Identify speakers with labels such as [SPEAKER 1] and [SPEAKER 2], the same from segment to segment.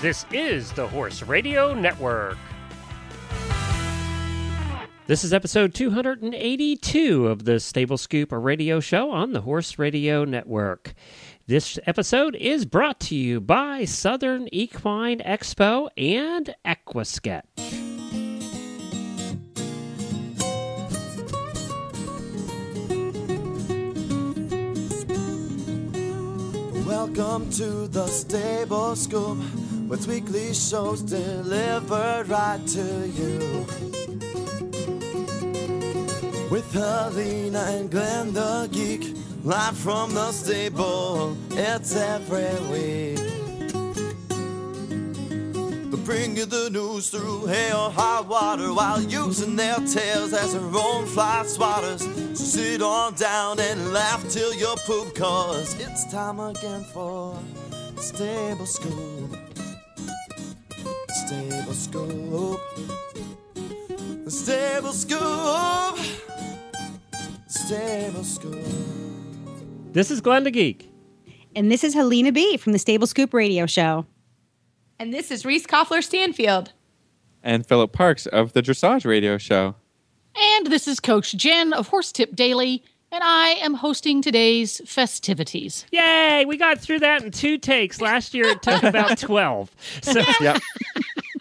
[SPEAKER 1] This is the Horse Radio Network. This is episode 282 of the Stable Scoop, a radio show on the Horse Radio Network. This episode is brought to you by Southern Equine Expo and Equisket.
[SPEAKER 2] Welcome to the Stable Scoop, with weekly shows delivered right to you. With Helena and Glenn the Geek, live from the stable, it's every week. They bring you the news through hail or high water while using their tails as their own fly swatters. So sit on down and laugh till you're poop, cause it's time again for Stable Scoop. Stable Scoop. Stable Scoop. Stable Scoop.
[SPEAKER 1] This is Glenda Geek.
[SPEAKER 3] And this is Helena B from the Stable Scoop Radio Show.
[SPEAKER 4] And this is Reese Koffler Stanfield.
[SPEAKER 5] and Philip Parks of the Dressage Radio Show.
[SPEAKER 6] And this is Coach Jen of Horse Tip Daily, and I am hosting today's festivities.
[SPEAKER 1] Yay! We got through that in two takes. Last year it took about 12. So
[SPEAKER 5] Yep.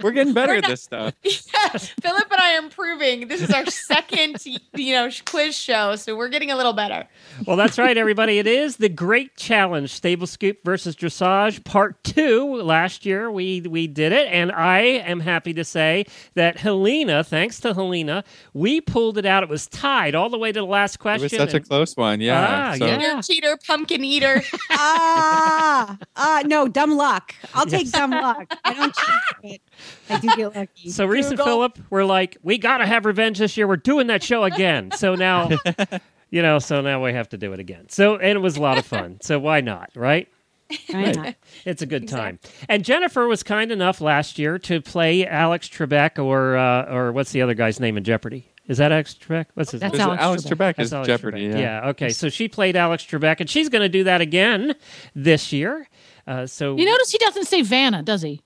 [SPEAKER 5] We're getting better at this stuff.
[SPEAKER 4] Philip and I are improving. This is our second, you know, quiz show, so we're getting a little better.
[SPEAKER 1] Well, that's right, everybody. It is the Great Challenge: Stable Scoop versus Dressage, Part Two. Last year, we we did it, and I am happy to say that Helena, thanks to Helena, we pulled it out. It was tied all the way to the last
[SPEAKER 5] It
[SPEAKER 1] question.
[SPEAKER 5] was such a
[SPEAKER 1] and-
[SPEAKER 5] close one. Oh, Yeah.
[SPEAKER 1] Ah,
[SPEAKER 5] so
[SPEAKER 1] yeah.
[SPEAKER 4] Cheater, cheater, pumpkin eater.
[SPEAKER 3] Ah, ah, no, dumb luck. I'll take dumb luck. I don't cheat, but I do get lucky.
[SPEAKER 1] so Reese and Philip were like, "We gotta have revenge this year. We're doing that show again." So now, you know, so now we have to do it again. So and it was a lot of fun. So why not, right?
[SPEAKER 3] Why not?
[SPEAKER 1] It's a good time. And Jennifer was kind enough last year to play Alex Trebek or uh, or what's the other guy's name in Jeopardy? Is that Alex Trebek? What's his
[SPEAKER 6] That's
[SPEAKER 1] name?
[SPEAKER 5] There's Alex
[SPEAKER 6] Alex Trebek.
[SPEAKER 5] Trebek, is
[SPEAKER 1] Alex
[SPEAKER 5] Jeopardy.
[SPEAKER 1] Trebek.
[SPEAKER 5] Yeah.
[SPEAKER 1] Okay. So she played Alex Trebek, and she's going to do that again this year. Uh, so
[SPEAKER 6] You notice he doesn't say Vanna, does he?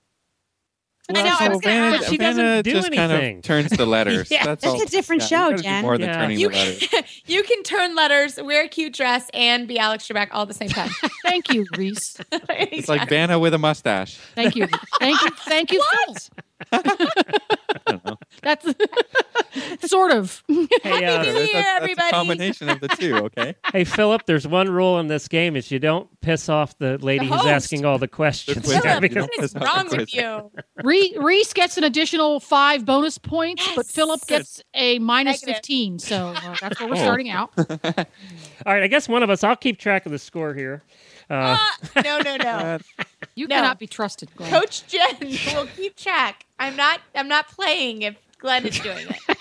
[SPEAKER 4] I know, I was gonna
[SPEAKER 5] Vanna,
[SPEAKER 4] ask.
[SPEAKER 1] But she doesn't
[SPEAKER 5] Vanna
[SPEAKER 1] do
[SPEAKER 5] just kind
[SPEAKER 1] anything.
[SPEAKER 5] of turns the letters.
[SPEAKER 1] Yeah.
[SPEAKER 5] That's
[SPEAKER 3] That's
[SPEAKER 5] all.
[SPEAKER 3] a different
[SPEAKER 5] Yeah,
[SPEAKER 3] show,
[SPEAKER 5] you gotta do
[SPEAKER 3] Jen.
[SPEAKER 5] More than
[SPEAKER 1] Yeah.
[SPEAKER 5] turning
[SPEAKER 4] You,
[SPEAKER 5] the letters.
[SPEAKER 4] you can turn letters, wear a cute dress, and be Alex Trebek all at the same time.
[SPEAKER 6] Thank you, Reese.
[SPEAKER 5] It's like Vanna with a mustache.
[SPEAKER 6] Thank you. Thank you. Thank you, Phil. That's sort of.
[SPEAKER 1] hey,
[SPEAKER 4] Happy
[SPEAKER 1] uh,
[SPEAKER 4] New Year,
[SPEAKER 5] that's, that's
[SPEAKER 4] everybody.
[SPEAKER 5] a combination of the two. Okay.
[SPEAKER 1] hey, Philip. There's one rule in this game: is you don't piss off the lady
[SPEAKER 4] The
[SPEAKER 1] who's
[SPEAKER 4] host.
[SPEAKER 1] asking all the questions.
[SPEAKER 5] quiz.
[SPEAKER 1] Yeah,
[SPEAKER 4] Philip,
[SPEAKER 1] because-
[SPEAKER 4] what is wrong with you?
[SPEAKER 6] Re- Reese gets an additional five bonus points, but
[SPEAKER 4] Yes.
[SPEAKER 6] Philip gets a minus
[SPEAKER 4] Negative.
[SPEAKER 6] 15. So uh, that's where we're
[SPEAKER 5] Oh.
[SPEAKER 6] starting out.
[SPEAKER 1] all right. I guess one of us. I'll keep track of the score here. Uh,
[SPEAKER 4] Ah, no, no, no.
[SPEAKER 5] Uh,
[SPEAKER 6] You
[SPEAKER 4] No.
[SPEAKER 6] cannot be trusted, Glenn.
[SPEAKER 4] Coach Jen will keep track. I'm not. I'm not playing if Glenn is doing it.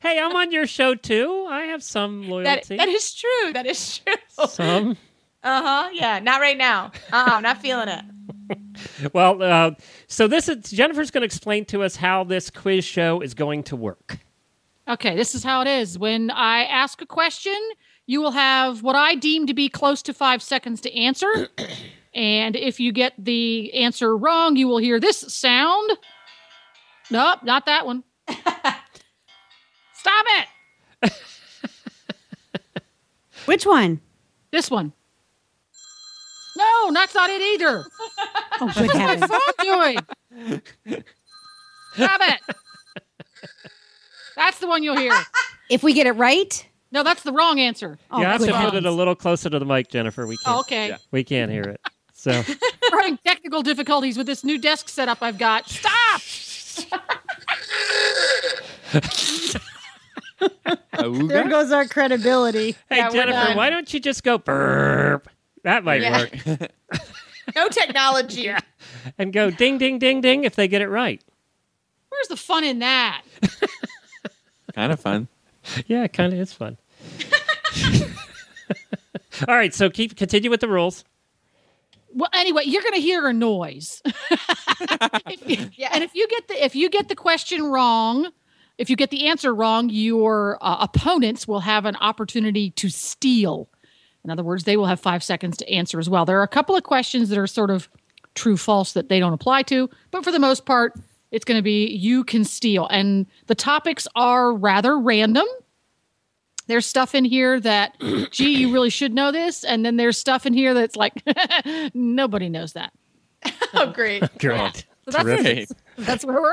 [SPEAKER 1] hey, I'm on your show too. I have some
[SPEAKER 4] That,
[SPEAKER 1] loyalty.
[SPEAKER 4] that is true. That is true.
[SPEAKER 1] some.
[SPEAKER 4] Uh huh. Yeah. Not right now. Uh uh-uh, Not feeling it.
[SPEAKER 1] Well, uh, so this is Jennifer's going to explain to us how this quiz show is going to work.
[SPEAKER 6] Okay, this is how it is. When I ask a question, you will have what I deem to be close to five seconds to answer. and if you get the answer wrong, you will hear this sound. Nope, not that one. Stop it.
[SPEAKER 3] Which one?
[SPEAKER 6] This one. No, that's not it either.
[SPEAKER 3] Oh, good heavens.
[SPEAKER 6] What am I doing? Stop it. That's the one you'll hear.
[SPEAKER 3] If we get it right,
[SPEAKER 6] No, that's the wrong answer.
[SPEAKER 3] oh,
[SPEAKER 1] you have
[SPEAKER 3] good
[SPEAKER 1] to put
[SPEAKER 6] heavens.
[SPEAKER 1] it a little closer to the mic, Jennifer. We can't.
[SPEAKER 6] Oh, okay.
[SPEAKER 5] Yeah.
[SPEAKER 1] We can't hear it. So
[SPEAKER 6] We're having technical difficulties with this new desk setup I've got. Stop!
[SPEAKER 3] there
[SPEAKER 5] Auga?
[SPEAKER 3] goes our credibility.
[SPEAKER 1] hey,
[SPEAKER 4] Yeah, we're
[SPEAKER 1] Jennifer,
[SPEAKER 4] done.
[SPEAKER 1] why don't you just go burp? That might
[SPEAKER 4] Yeah.
[SPEAKER 1] work.
[SPEAKER 4] No technology.
[SPEAKER 1] And go ding, ding, ding, ding if they get it right.
[SPEAKER 6] Where's the fun in that?
[SPEAKER 5] kind of fun.
[SPEAKER 1] Yeah, it kind of is fun. All right, so keep continue with the rules.
[SPEAKER 6] Well, anyway, you're going to hear a noise. If you-
[SPEAKER 4] Yeah.
[SPEAKER 6] And if you get the if you get the question wrong, if you get the answer wrong, your uh, opponents will have an opportunity to steal. In other words, they will have five seconds to answer as well. There are a couple of questions that are sort of true false that they don't apply to. But for the most part, it's going to be you can steal. And the topics are rather random. There's stuff in here that, gee, you really should know this. And then there's stuff in here that's like, nobody knows that.
[SPEAKER 4] Oh, great.
[SPEAKER 1] Great.
[SPEAKER 6] So that's,
[SPEAKER 5] Terrific.
[SPEAKER 6] that's where we're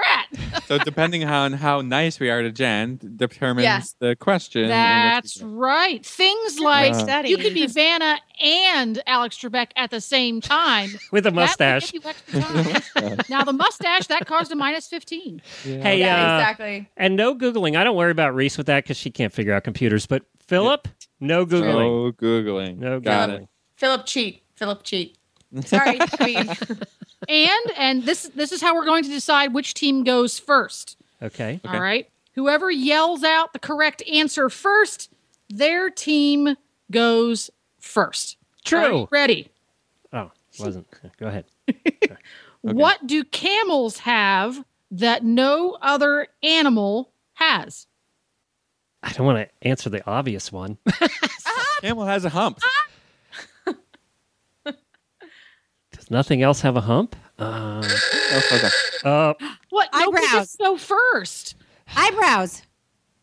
[SPEAKER 6] at.
[SPEAKER 5] so depending on how nice we are to Jen determines
[SPEAKER 4] Yeah.
[SPEAKER 5] the question. and what we
[SPEAKER 6] That's
[SPEAKER 5] get.
[SPEAKER 6] right. Things like
[SPEAKER 5] Uh,
[SPEAKER 6] you could be Vanna and Alex Trebek at the same time.
[SPEAKER 1] With a
[SPEAKER 6] That would
[SPEAKER 1] mustache.
[SPEAKER 6] give you extra time. now the mustache that caused a minus fifteen.
[SPEAKER 5] Yeah.
[SPEAKER 1] Hey,
[SPEAKER 4] Yeah,
[SPEAKER 1] uh,
[SPEAKER 4] exactly.
[SPEAKER 1] and no Googling. I don't worry about Reese with that because she can't figure out computers. But Philip, no Googling.
[SPEAKER 5] No Googling.
[SPEAKER 1] No
[SPEAKER 5] Got
[SPEAKER 1] Googling.
[SPEAKER 5] it.
[SPEAKER 4] Philip cheat. Philip cheat. Sorry, Queen.
[SPEAKER 6] And and this this is how we're going to decide which team goes first.
[SPEAKER 1] Okay.
[SPEAKER 5] Okay.
[SPEAKER 6] All right. Whoever yells out the correct answer first, their team goes first. All right,
[SPEAKER 1] True.
[SPEAKER 6] ready.
[SPEAKER 1] Oh, wasn't. Go ahead.
[SPEAKER 6] What do camels have that no other animal has?
[SPEAKER 1] I don't want to answer the obvious one.
[SPEAKER 5] Camel has a hump.
[SPEAKER 1] Does nothing else have a hump? Uh,
[SPEAKER 5] Oh, hold on.
[SPEAKER 1] uh,
[SPEAKER 6] What no, we
[SPEAKER 3] Eyebrows.
[SPEAKER 6] just go first.
[SPEAKER 3] Eyebrows.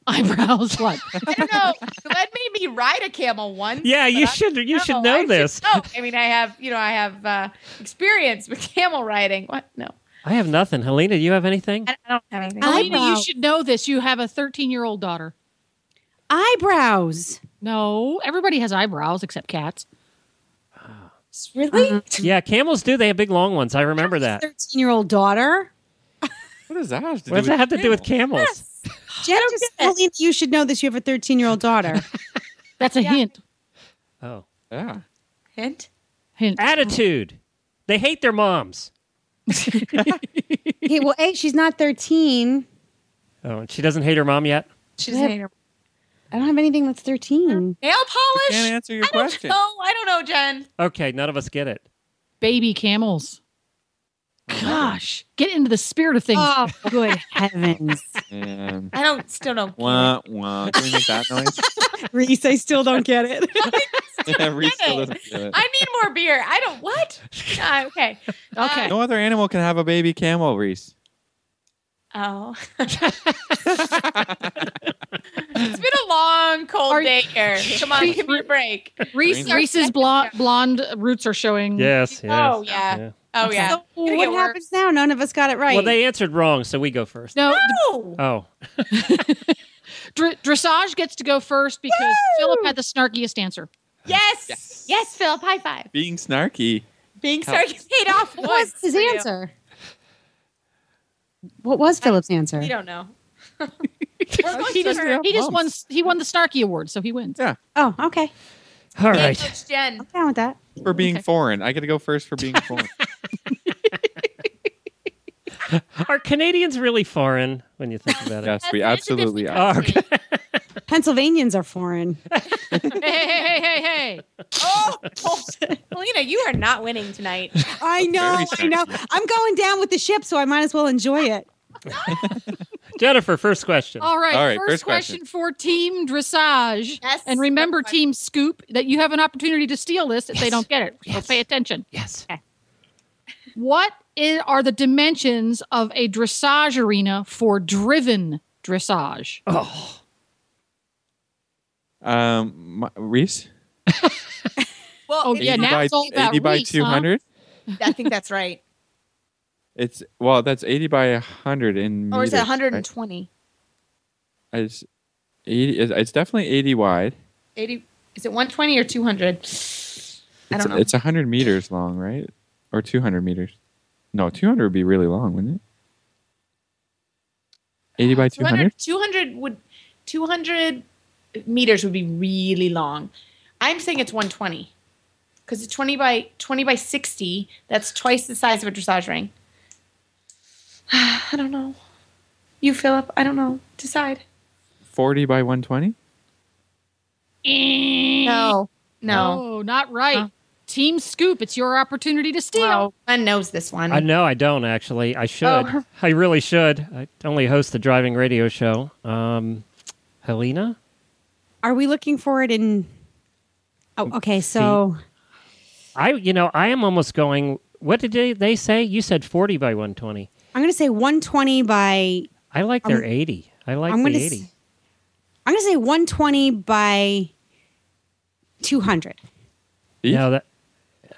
[SPEAKER 6] Eyebrows. What?
[SPEAKER 4] I don't know. Glenn made me ride a camel once.
[SPEAKER 1] yeah, you
[SPEAKER 4] but I-
[SPEAKER 1] should. You should
[SPEAKER 4] no,
[SPEAKER 1] know
[SPEAKER 4] I
[SPEAKER 1] this.
[SPEAKER 4] know. I mean, I have, you know, I have uh, experience with camel riding. What? No,
[SPEAKER 1] I have nothing. Helena, do you have anything?
[SPEAKER 4] I I don't have anything.
[SPEAKER 3] I-
[SPEAKER 6] Alina, you
[SPEAKER 3] Eyebrow.
[SPEAKER 6] should know this. You have a 13 year old daughter.
[SPEAKER 3] Eyebrows.
[SPEAKER 6] No, everybody has eyebrows except cats.
[SPEAKER 4] really?
[SPEAKER 1] Yeah, camels do. They have big long ones. I remember that.
[SPEAKER 3] Thirteen-year-old daughter.
[SPEAKER 5] What does that have to do
[SPEAKER 1] What does
[SPEAKER 5] with
[SPEAKER 1] that have to do with camels?
[SPEAKER 3] Jen, just Helene, you should know this. You have a thirteen-year-old daughter.
[SPEAKER 6] That's a
[SPEAKER 4] Yeah.
[SPEAKER 6] hint.
[SPEAKER 1] Oh,
[SPEAKER 5] Yeah.
[SPEAKER 4] Hint?
[SPEAKER 6] Hint.
[SPEAKER 1] Uh, attitude. They hate their moms.
[SPEAKER 3] okay, well, a she's not thirteen.
[SPEAKER 1] Oh, and she doesn't hate her mom yet.
[SPEAKER 4] She doesn't hate her.
[SPEAKER 3] I don't have anything that's thirteen.
[SPEAKER 4] Nail polish?
[SPEAKER 5] Can't answer your
[SPEAKER 4] I don't
[SPEAKER 5] question.
[SPEAKER 4] know. I don't know, Jen.
[SPEAKER 1] Okay, none of us get it.
[SPEAKER 4] Mm-hmm.
[SPEAKER 6] Baby camels. Gosh, get into the spirit of things.
[SPEAKER 3] Oh, good heavens,
[SPEAKER 5] And-
[SPEAKER 4] I don't. Still don't.
[SPEAKER 5] Wah, wah. Can we make that noise?
[SPEAKER 3] Reese! I still don't get it.
[SPEAKER 5] yeah, Reese still doesn't do it.
[SPEAKER 4] I need more beer. I don't. What? Uh, okay.
[SPEAKER 6] okay.
[SPEAKER 5] No other animal can have a baby camel, Reese.
[SPEAKER 4] Oh. it's been a long, cold
[SPEAKER 6] Are-
[SPEAKER 4] day here. Come on, give me a break.
[SPEAKER 6] Reese,
[SPEAKER 5] Green-
[SPEAKER 6] Reese's blonde, blonde roots are showing.
[SPEAKER 1] Yes, yes.
[SPEAKER 4] Oh yeah.
[SPEAKER 1] yeah.
[SPEAKER 4] Oh yeah.
[SPEAKER 3] So what
[SPEAKER 4] get worse.
[SPEAKER 3] happens now? None of us got it right.
[SPEAKER 1] Well, they answered wrong, so we go first.
[SPEAKER 6] No,
[SPEAKER 4] No.
[SPEAKER 1] Oh,
[SPEAKER 6] dr- dressage gets to go first because Philip had the snarkiest answer.
[SPEAKER 4] Yes.
[SPEAKER 5] Yes.
[SPEAKER 4] yes. Philip. High five.
[SPEAKER 5] Being snarky.
[SPEAKER 4] Being
[SPEAKER 5] Help.
[SPEAKER 4] sorry paid off
[SPEAKER 3] what was
[SPEAKER 4] once.
[SPEAKER 3] his
[SPEAKER 4] for you.
[SPEAKER 3] answer? What was Philip's answer?
[SPEAKER 4] We don't know.
[SPEAKER 5] He
[SPEAKER 4] We're
[SPEAKER 6] He
[SPEAKER 4] going
[SPEAKER 6] just,
[SPEAKER 4] for
[SPEAKER 6] he just won.
[SPEAKER 5] Bumps.
[SPEAKER 6] He won the snarky award, so he wins.
[SPEAKER 5] Yeah.
[SPEAKER 3] Oh, okay.
[SPEAKER 1] all
[SPEAKER 4] Yeah,
[SPEAKER 1] right.
[SPEAKER 4] Coach Jen.
[SPEAKER 3] I'm down with that.
[SPEAKER 5] For being
[SPEAKER 6] Okay.
[SPEAKER 5] foreign. I get to go first for being foreign.
[SPEAKER 1] Are Canadians really foreign when you think about it?
[SPEAKER 5] yes, we absolutely are.
[SPEAKER 1] Oh, okay.
[SPEAKER 3] Pennsylvanians are foreign.
[SPEAKER 6] hey, hey, hey, hey, hey!
[SPEAKER 4] Oh, Melina, you are not winning tonight.
[SPEAKER 3] I know. I
[SPEAKER 5] sexy.
[SPEAKER 3] know. I'm going down with the ship, so I might as well enjoy it.
[SPEAKER 1] Jennifer, first question.
[SPEAKER 6] All right.
[SPEAKER 5] All right,
[SPEAKER 6] first,
[SPEAKER 5] first
[SPEAKER 6] question.
[SPEAKER 5] question.
[SPEAKER 6] for Team Dressage.
[SPEAKER 4] Yes,
[SPEAKER 6] And remember,
[SPEAKER 4] first question.
[SPEAKER 6] Team Scoop, that you have an opportunity to steal this if they don't get it. So pay attention.
[SPEAKER 1] Yes.
[SPEAKER 6] What i- are the dimensions of a dressage arena for driven dressage?
[SPEAKER 1] Oh,
[SPEAKER 5] Um, my, Reese?
[SPEAKER 4] Well,
[SPEAKER 6] Oh,
[SPEAKER 4] it's
[SPEAKER 6] yeah,
[SPEAKER 5] 80
[SPEAKER 6] now
[SPEAKER 5] by,
[SPEAKER 6] it's all about
[SPEAKER 5] 80 by
[SPEAKER 6] Reese, huh?
[SPEAKER 4] not-
[SPEAKER 5] 200?
[SPEAKER 4] I think that's right.
[SPEAKER 5] It's, well, that's 80 by 100 in
[SPEAKER 4] Or is it
[SPEAKER 5] meters, right?
[SPEAKER 4] 120?
[SPEAKER 5] It's, 80, it's, it's definitely 80 wide.
[SPEAKER 4] 80? Is it 120 or 200? I
[SPEAKER 5] It's,
[SPEAKER 4] don't know.
[SPEAKER 5] it's 100 meters long, right? Or 200 meters. No, 200 would be really long, wouldn't it?
[SPEAKER 4] Uh,
[SPEAKER 5] 80 by 200?
[SPEAKER 4] 200, 200 would 200 meters would be really long. I'm saying it's 120 because it's 20 by 20 by 60. That's twice the size of a dressage ring. I don't know. You, Philip. I don't know. Decide.
[SPEAKER 5] 40 by 120?
[SPEAKER 4] No. No.
[SPEAKER 6] No, Oh, not right.
[SPEAKER 4] No.
[SPEAKER 6] Team Scoop, it's your opportunity to steal.
[SPEAKER 4] No. Glenn knows this one.
[SPEAKER 1] I know. I don't actually. I should.
[SPEAKER 4] Oh.
[SPEAKER 1] I really should. I only host the driving radio show. Um, Helena.
[SPEAKER 3] Are we looking for it in? Oh, okay. So
[SPEAKER 1] I, you know, I am almost going What did they, they say? You said 40 by 120.
[SPEAKER 3] I'm going to say 120 by.
[SPEAKER 1] I like their
[SPEAKER 3] I'm-
[SPEAKER 1] 80. I like
[SPEAKER 3] I'm
[SPEAKER 1] the
[SPEAKER 3] going to.
[SPEAKER 1] 80.
[SPEAKER 3] I'm going to say 120 by 200.
[SPEAKER 1] No, that,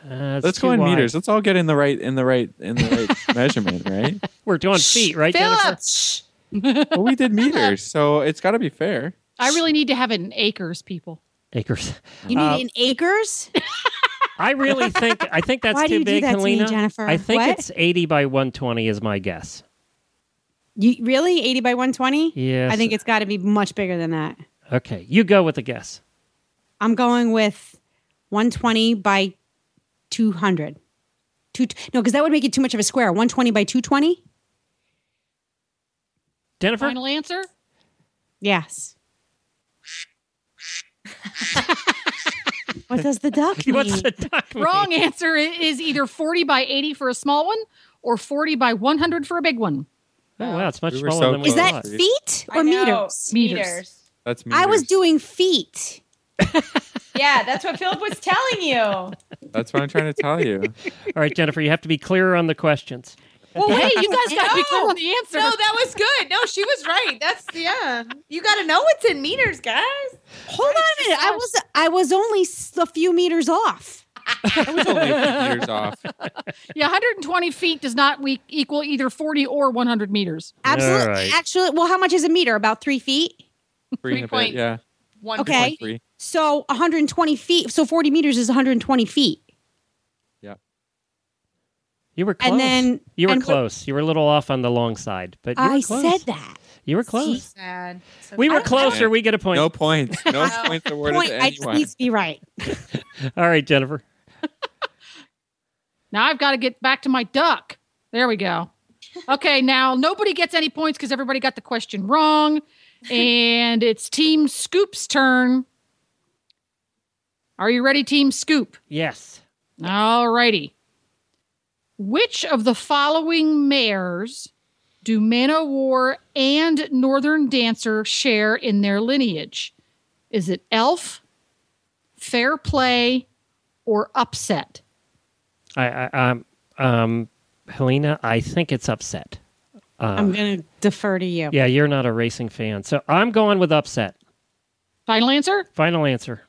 [SPEAKER 1] uh, it's
[SPEAKER 5] Let's go
[SPEAKER 1] too
[SPEAKER 5] in
[SPEAKER 1] wide.
[SPEAKER 5] meters. Let's all get in the right in the right in the right measurement, right?
[SPEAKER 1] We're doing feet, right? Jennifer?
[SPEAKER 4] Philip, shh.
[SPEAKER 5] Well, we did meters, so it's got to be fair.
[SPEAKER 6] I really need to have it in acres, people.
[SPEAKER 1] Acres.
[SPEAKER 3] You need
[SPEAKER 1] Uh,
[SPEAKER 3] it in acres?
[SPEAKER 1] I really think I think that's
[SPEAKER 3] Why do
[SPEAKER 1] too
[SPEAKER 3] you do
[SPEAKER 1] big,
[SPEAKER 3] that to me,
[SPEAKER 1] Helena.
[SPEAKER 3] Jennifer?
[SPEAKER 1] I think
[SPEAKER 3] What?
[SPEAKER 1] it's 80 by 120 is my guess.
[SPEAKER 3] You, really? 80 by 120?
[SPEAKER 1] Yes.
[SPEAKER 3] I think it's got to be much bigger than that.
[SPEAKER 1] Okay, you go with the guess.
[SPEAKER 3] I'm going with 120 by 200. Two, no, because that would make it too much of a square. 120 by 220?
[SPEAKER 1] Jennifer,
[SPEAKER 6] Final answer?
[SPEAKER 3] Yes. what does the duck mean?
[SPEAKER 1] what's the duck? mean?
[SPEAKER 6] Wrong answer i- is either 40 by 80 for a small one or 40 by 100 for a big one.
[SPEAKER 1] Oh wow, it's much
[SPEAKER 5] We were
[SPEAKER 1] smaller
[SPEAKER 5] so
[SPEAKER 1] than we
[SPEAKER 3] Is that
[SPEAKER 1] thought.
[SPEAKER 5] Well,
[SPEAKER 3] feet
[SPEAKER 4] I
[SPEAKER 3] or
[SPEAKER 4] know.
[SPEAKER 3] meters?
[SPEAKER 6] Meters.
[SPEAKER 5] That's meters.
[SPEAKER 3] I was doing feet.
[SPEAKER 4] Yeah, that's what Philip was telling you.
[SPEAKER 5] That's what I'm trying to tell you.
[SPEAKER 1] All right, Jennifer, you have to be clearer on the questions.
[SPEAKER 6] Well, hey, you guys got to be clear
[SPEAKER 4] No.
[SPEAKER 6] on the answer.
[SPEAKER 4] No, that was good. No, she was right. That's yeah. You got to know what's in meters, guys.
[SPEAKER 3] Hold on a minute. I was I was only s- a few meters off.
[SPEAKER 5] It's only a few years off.
[SPEAKER 6] yeah, 120 feet does not we- equal either 40 or 100 meters.
[SPEAKER 3] Absolutely.
[SPEAKER 1] right.
[SPEAKER 3] Actually, well, how much is a meter? About three feet.
[SPEAKER 5] Three and a
[SPEAKER 4] Three
[SPEAKER 5] bit, yeah.
[SPEAKER 4] One
[SPEAKER 3] Okay.
[SPEAKER 4] point.
[SPEAKER 5] Point three.
[SPEAKER 3] So 120 feet. So 40 meters is 120 feet.
[SPEAKER 1] You were close.
[SPEAKER 3] And then
[SPEAKER 1] you were
[SPEAKER 3] and what-
[SPEAKER 1] close. you were a little off on the long side, but you were
[SPEAKER 3] I
[SPEAKER 1] close.
[SPEAKER 3] said that.
[SPEAKER 1] you were
[SPEAKER 4] So
[SPEAKER 1] close.
[SPEAKER 4] sad. So
[SPEAKER 1] We
[SPEAKER 4] sad.
[SPEAKER 1] were closer. We get a point.
[SPEAKER 5] No points. No
[SPEAKER 4] Wow.
[SPEAKER 5] points awarded
[SPEAKER 3] Point.
[SPEAKER 5] to
[SPEAKER 3] I just
[SPEAKER 5] anyone.
[SPEAKER 3] need to be right.
[SPEAKER 1] All right, Jennifer.
[SPEAKER 6] Now I've got to get back to my duck. There we go. Okay, now nobody gets any points because everybody got the question wrong. And it's Team Scoop's turn. Are you ready, Team Scoop?
[SPEAKER 1] Yes.
[SPEAKER 6] All righty. Which of the following mayors do Manowar and Northern Dancer share in their lineage? Is it Elf, Fair Play, or Upset?
[SPEAKER 1] I, I um um Helena, I think it's upset. Um,
[SPEAKER 3] I'm going to defer to you.
[SPEAKER 1] Yeah, you're not a racing fan, so I'm going with upset.
[SPEAKER 6] Final answer?
[SPEAKER 1] Final answer.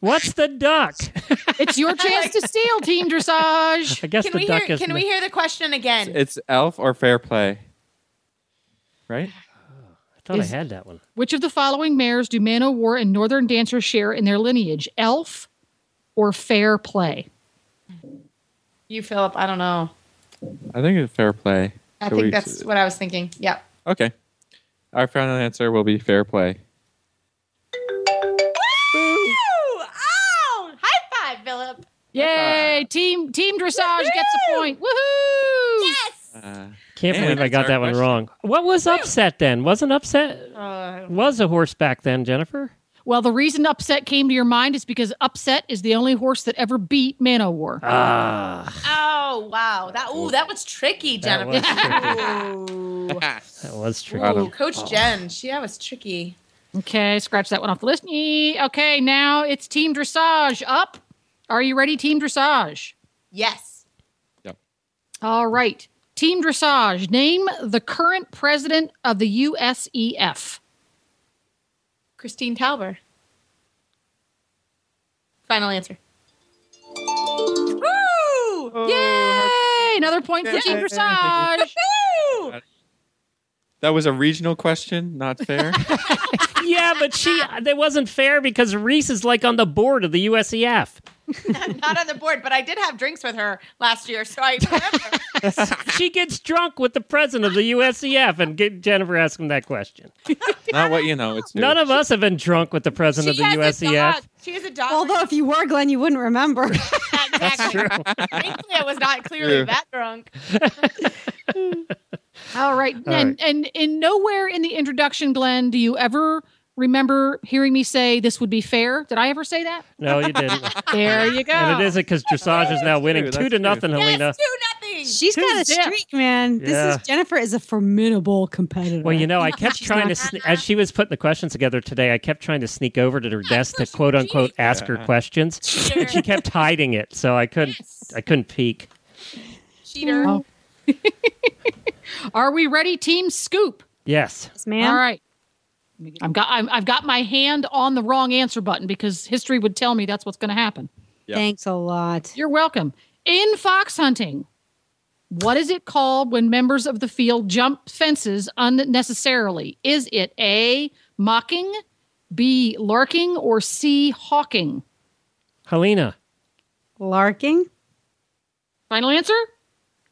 [SPEAKER 1] What's the duck?
[SPEAKER 6] It's your chance to steal, Team Dressage.
[SPEAKER 1] I guess
[SPEAKER 4] Can
[SPEAKER 1] the
[SPEAKER 4] we
[SPEAKER 1] duck
[SPEAKER 4] hear?
[SPEAKER 1] is.
[SPEAKER 4] Can we hear the question again?
[SPEAKER 5] It's elf or fair play. Right?
[SPEAKER 1] I thought
[SPEAKER 6] is-
[SPEAKER 1] I had that one.
[SPEAKER 6] Which of the following mayors do Man o' War and Northern Dancer share in their lineage? Elf or Fair Play?
[SPEAKER 4] you, Philip. I don't know.
[SPEAKER 5] I think it's fair play.
[SPEAKER 4] I
[SPEAKER 5] So
[SPEAKER 4] think
[SPEAKER 5] we-
[SPEAKER 4] that's what I was thinking. Yep.
[SPEAKER 5] Okay. Our final answer will be fair play.
[SPEAKER 4] Oh! High five, Philip.
[SPEAKER 6] Yay! Team Team Dressage gets a point. Woohoo!
[SPEAKER 4] Yes.
[SPEAKER 5] Uh,
[SPEAKER 1] Can't
[SPEAKER 5] Man,
[SPEAKER 1] believe I
[SPEAKER 5] that's
[SPEAKER 1] got
[SPEAKER 5] our
[SPEAKER 1] that one
[SPEAKER 5] question.
[SPEAKER 1] wrong. What was upset then? Wasn't upset
[SPEAKER 4] Uh,
[SPEAKER 1] was a horse back then, Jennifer?
[SPEAKER 6] Well, the reason Upset came to your mind is because Upset is the only horse that ever beat Man o' War.
[SPEAKER 1] Ah,
[SPEAKER 4] oh wow! That ooh, that was tricky,
[SPEAKER 1] That
[SPEAKER 4] Jennifer. Ooh.
[SPEAKER 1] that was true.
[SPEAKER 5] Got 'em.
[SPEAKER 4] Ooh,
[SPEAKER 1] Oh.
[SPEAKER 4] Coach Jen. She that was tricky.
[SPEAKER 6] Okay, scratch that one off the list. Yee. Okay, now it's Team Dressage up. Are you ready, Team Dressage?
[SPEAKER 4] Yes.
[SPEAKER 6] All right. Team Dressage, name the current president of the E USEF.
[SPEAKER 4] Christine Tauber. Final answer. Woo!
[SPEAKER 6] Yay! Another point for Team
[SPEAKER 5] Yay.
[SPEAKER 6] Dressage.
[SPEAKER 4] Woo!
[SPEAKER 5] That was a regional question, not fair.
[SPEAKER 1] yeah, but she that wasn't fair because Reese is like on the board of the E USEF.
[SPEAKER 4] Not on the board, but I did have drinks with her last year, so I remember.
[SPEAKER 1] she gets drunk with the president of the USEF, and get Jennifer asked him that question.
[SPEAKER 5] not what you know. It's new.
[SPEAKER 1] None of us have been drunk with the president
[SPEAKER 4] she
[SPEAKER 1] of the E
[SPEAKER 4] has a dog.
[SPEAKER 1] USEF.
[SPEAKER 4] She has a dog.
[SPEAKER 3] Although if you were Glenn, you wouldn't remember.
[SPEAKER 4] that's true. Thankfully, I was not clearly
[SPEAKER 5] True.
[SPEAKER 4] that drunk.
[SPEAKER 6] All right.
[SPEAKER 1] All
[SPEAKER 6] and, and in nowhere in the introduction, Glenn, do you ever remember hearing me say this would be fair? Did I ever say that?
[SPEAKER 1] No, you didn't.
[SPEAKER 6] There you go.
[SPEAKER 1] And it isn't because Dressage is now winning
[SPEAKER 5] true,
[SPEAKER 1] two
[SPEAKER 5] that's
[SPEAKER 1] to
[SPEAKER 5] true.
[SPEAKER 1] nothing, Helena.
[SPEAKER 4] Yes, two winning.
[SPEAKER 3] She's got a
[SPEAKER 6] Who's Zip?
[SPEAKER 3] streak, man. This
[SPEAKER 1] Yeah.
[SPEAKER 3] is Jennifer is a formidable competitor.
[SPEAKER 1] Well, you know, I kept trying to, sne- as she was putting the questions together today, I kept trying to sneak over to her desk to quote unquote ask her questions. And she kept hiding it, so I couldn't,
[SPEAKER 6] Yes.
[SPEAKER 1] I couldn't peek.
[SPEAKER 4] Cheater.
[SPEAKER 6] Oh. Are we ready, Team Scoop?
[SPEAKER 1] Yes.
[SPEAKER 3] Yes, ma'am.
[SPEAKER 6] All right. I've got I'm, I've got my hand on the wrong answer button because history would tell me that's what's going to happen.
[SPEAKER 5] Yeah.
[SPEAKER 3] Thanks a lot.
[SPEAKER 6] You're welcome. In fox hunting, what is it called when members of the field jump fences unnecessarily? Is it A, mocking, B, lurking, or C, hawking?
[SPEAKER 1] Helena.
[SPEAKER 3] Larking?
[SPEAKER 6] Final answer?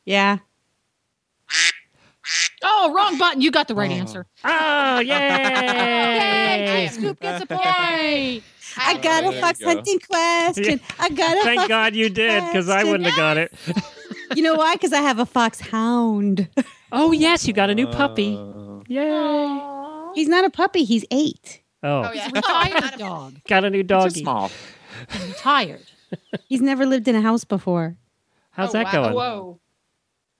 [SPEAKER 3] Yeah.
[SPEAKER 6] Oh, wrong button. You got the right answer.
[SPEAKER 1] Oh, yay.
[SPEAKER 6] Yay! Scoop gets a point.
[SPEAKER 3] I got
[SPEAKER 5] Oh,
[SPEAKER 3] a
[SPEAKER 5] there
[SPEAKER 3] fox
[SPEAKER 5] you go.
[SPEAKER 3] hunting question. I got a
[SPEAKER 1] Thank
[SPEAKER 3] fox.
[SPEAKER 1] God you did, because I wouldn't have got it.
[SPEAKER 3] You know why? Because I have a fox hound.
[SPEAKER 1] Oh, yes, you got a new puppy.
[SPEAKER 5] Uh,
[SPEAKER 1] Yay.
[SPEAKER 4] Aw.
[SPEAKER 3] He's not a puppy. He's eight.
[SPEAKER 1] Oh,
[SPEAKER 4] Oh, yeah.
[SPEAKER 6] Retired dog.
[SPEAKER 1] got a new
[SPEAKER 5] it's a
[SPEAKER 1] doggy.
[SPEAKER 5] small.
[SPEAKER 6] Retired.
[SPEAKER 3] He's never lived in a house before.
[SPEAKER 1] How's
[SPEAKER 4] Oh,
[SPEAKER 1] that
[SPEAKER 4] wow.
[SPEAKER 1] going?
[SPEAKER 4] Whoa.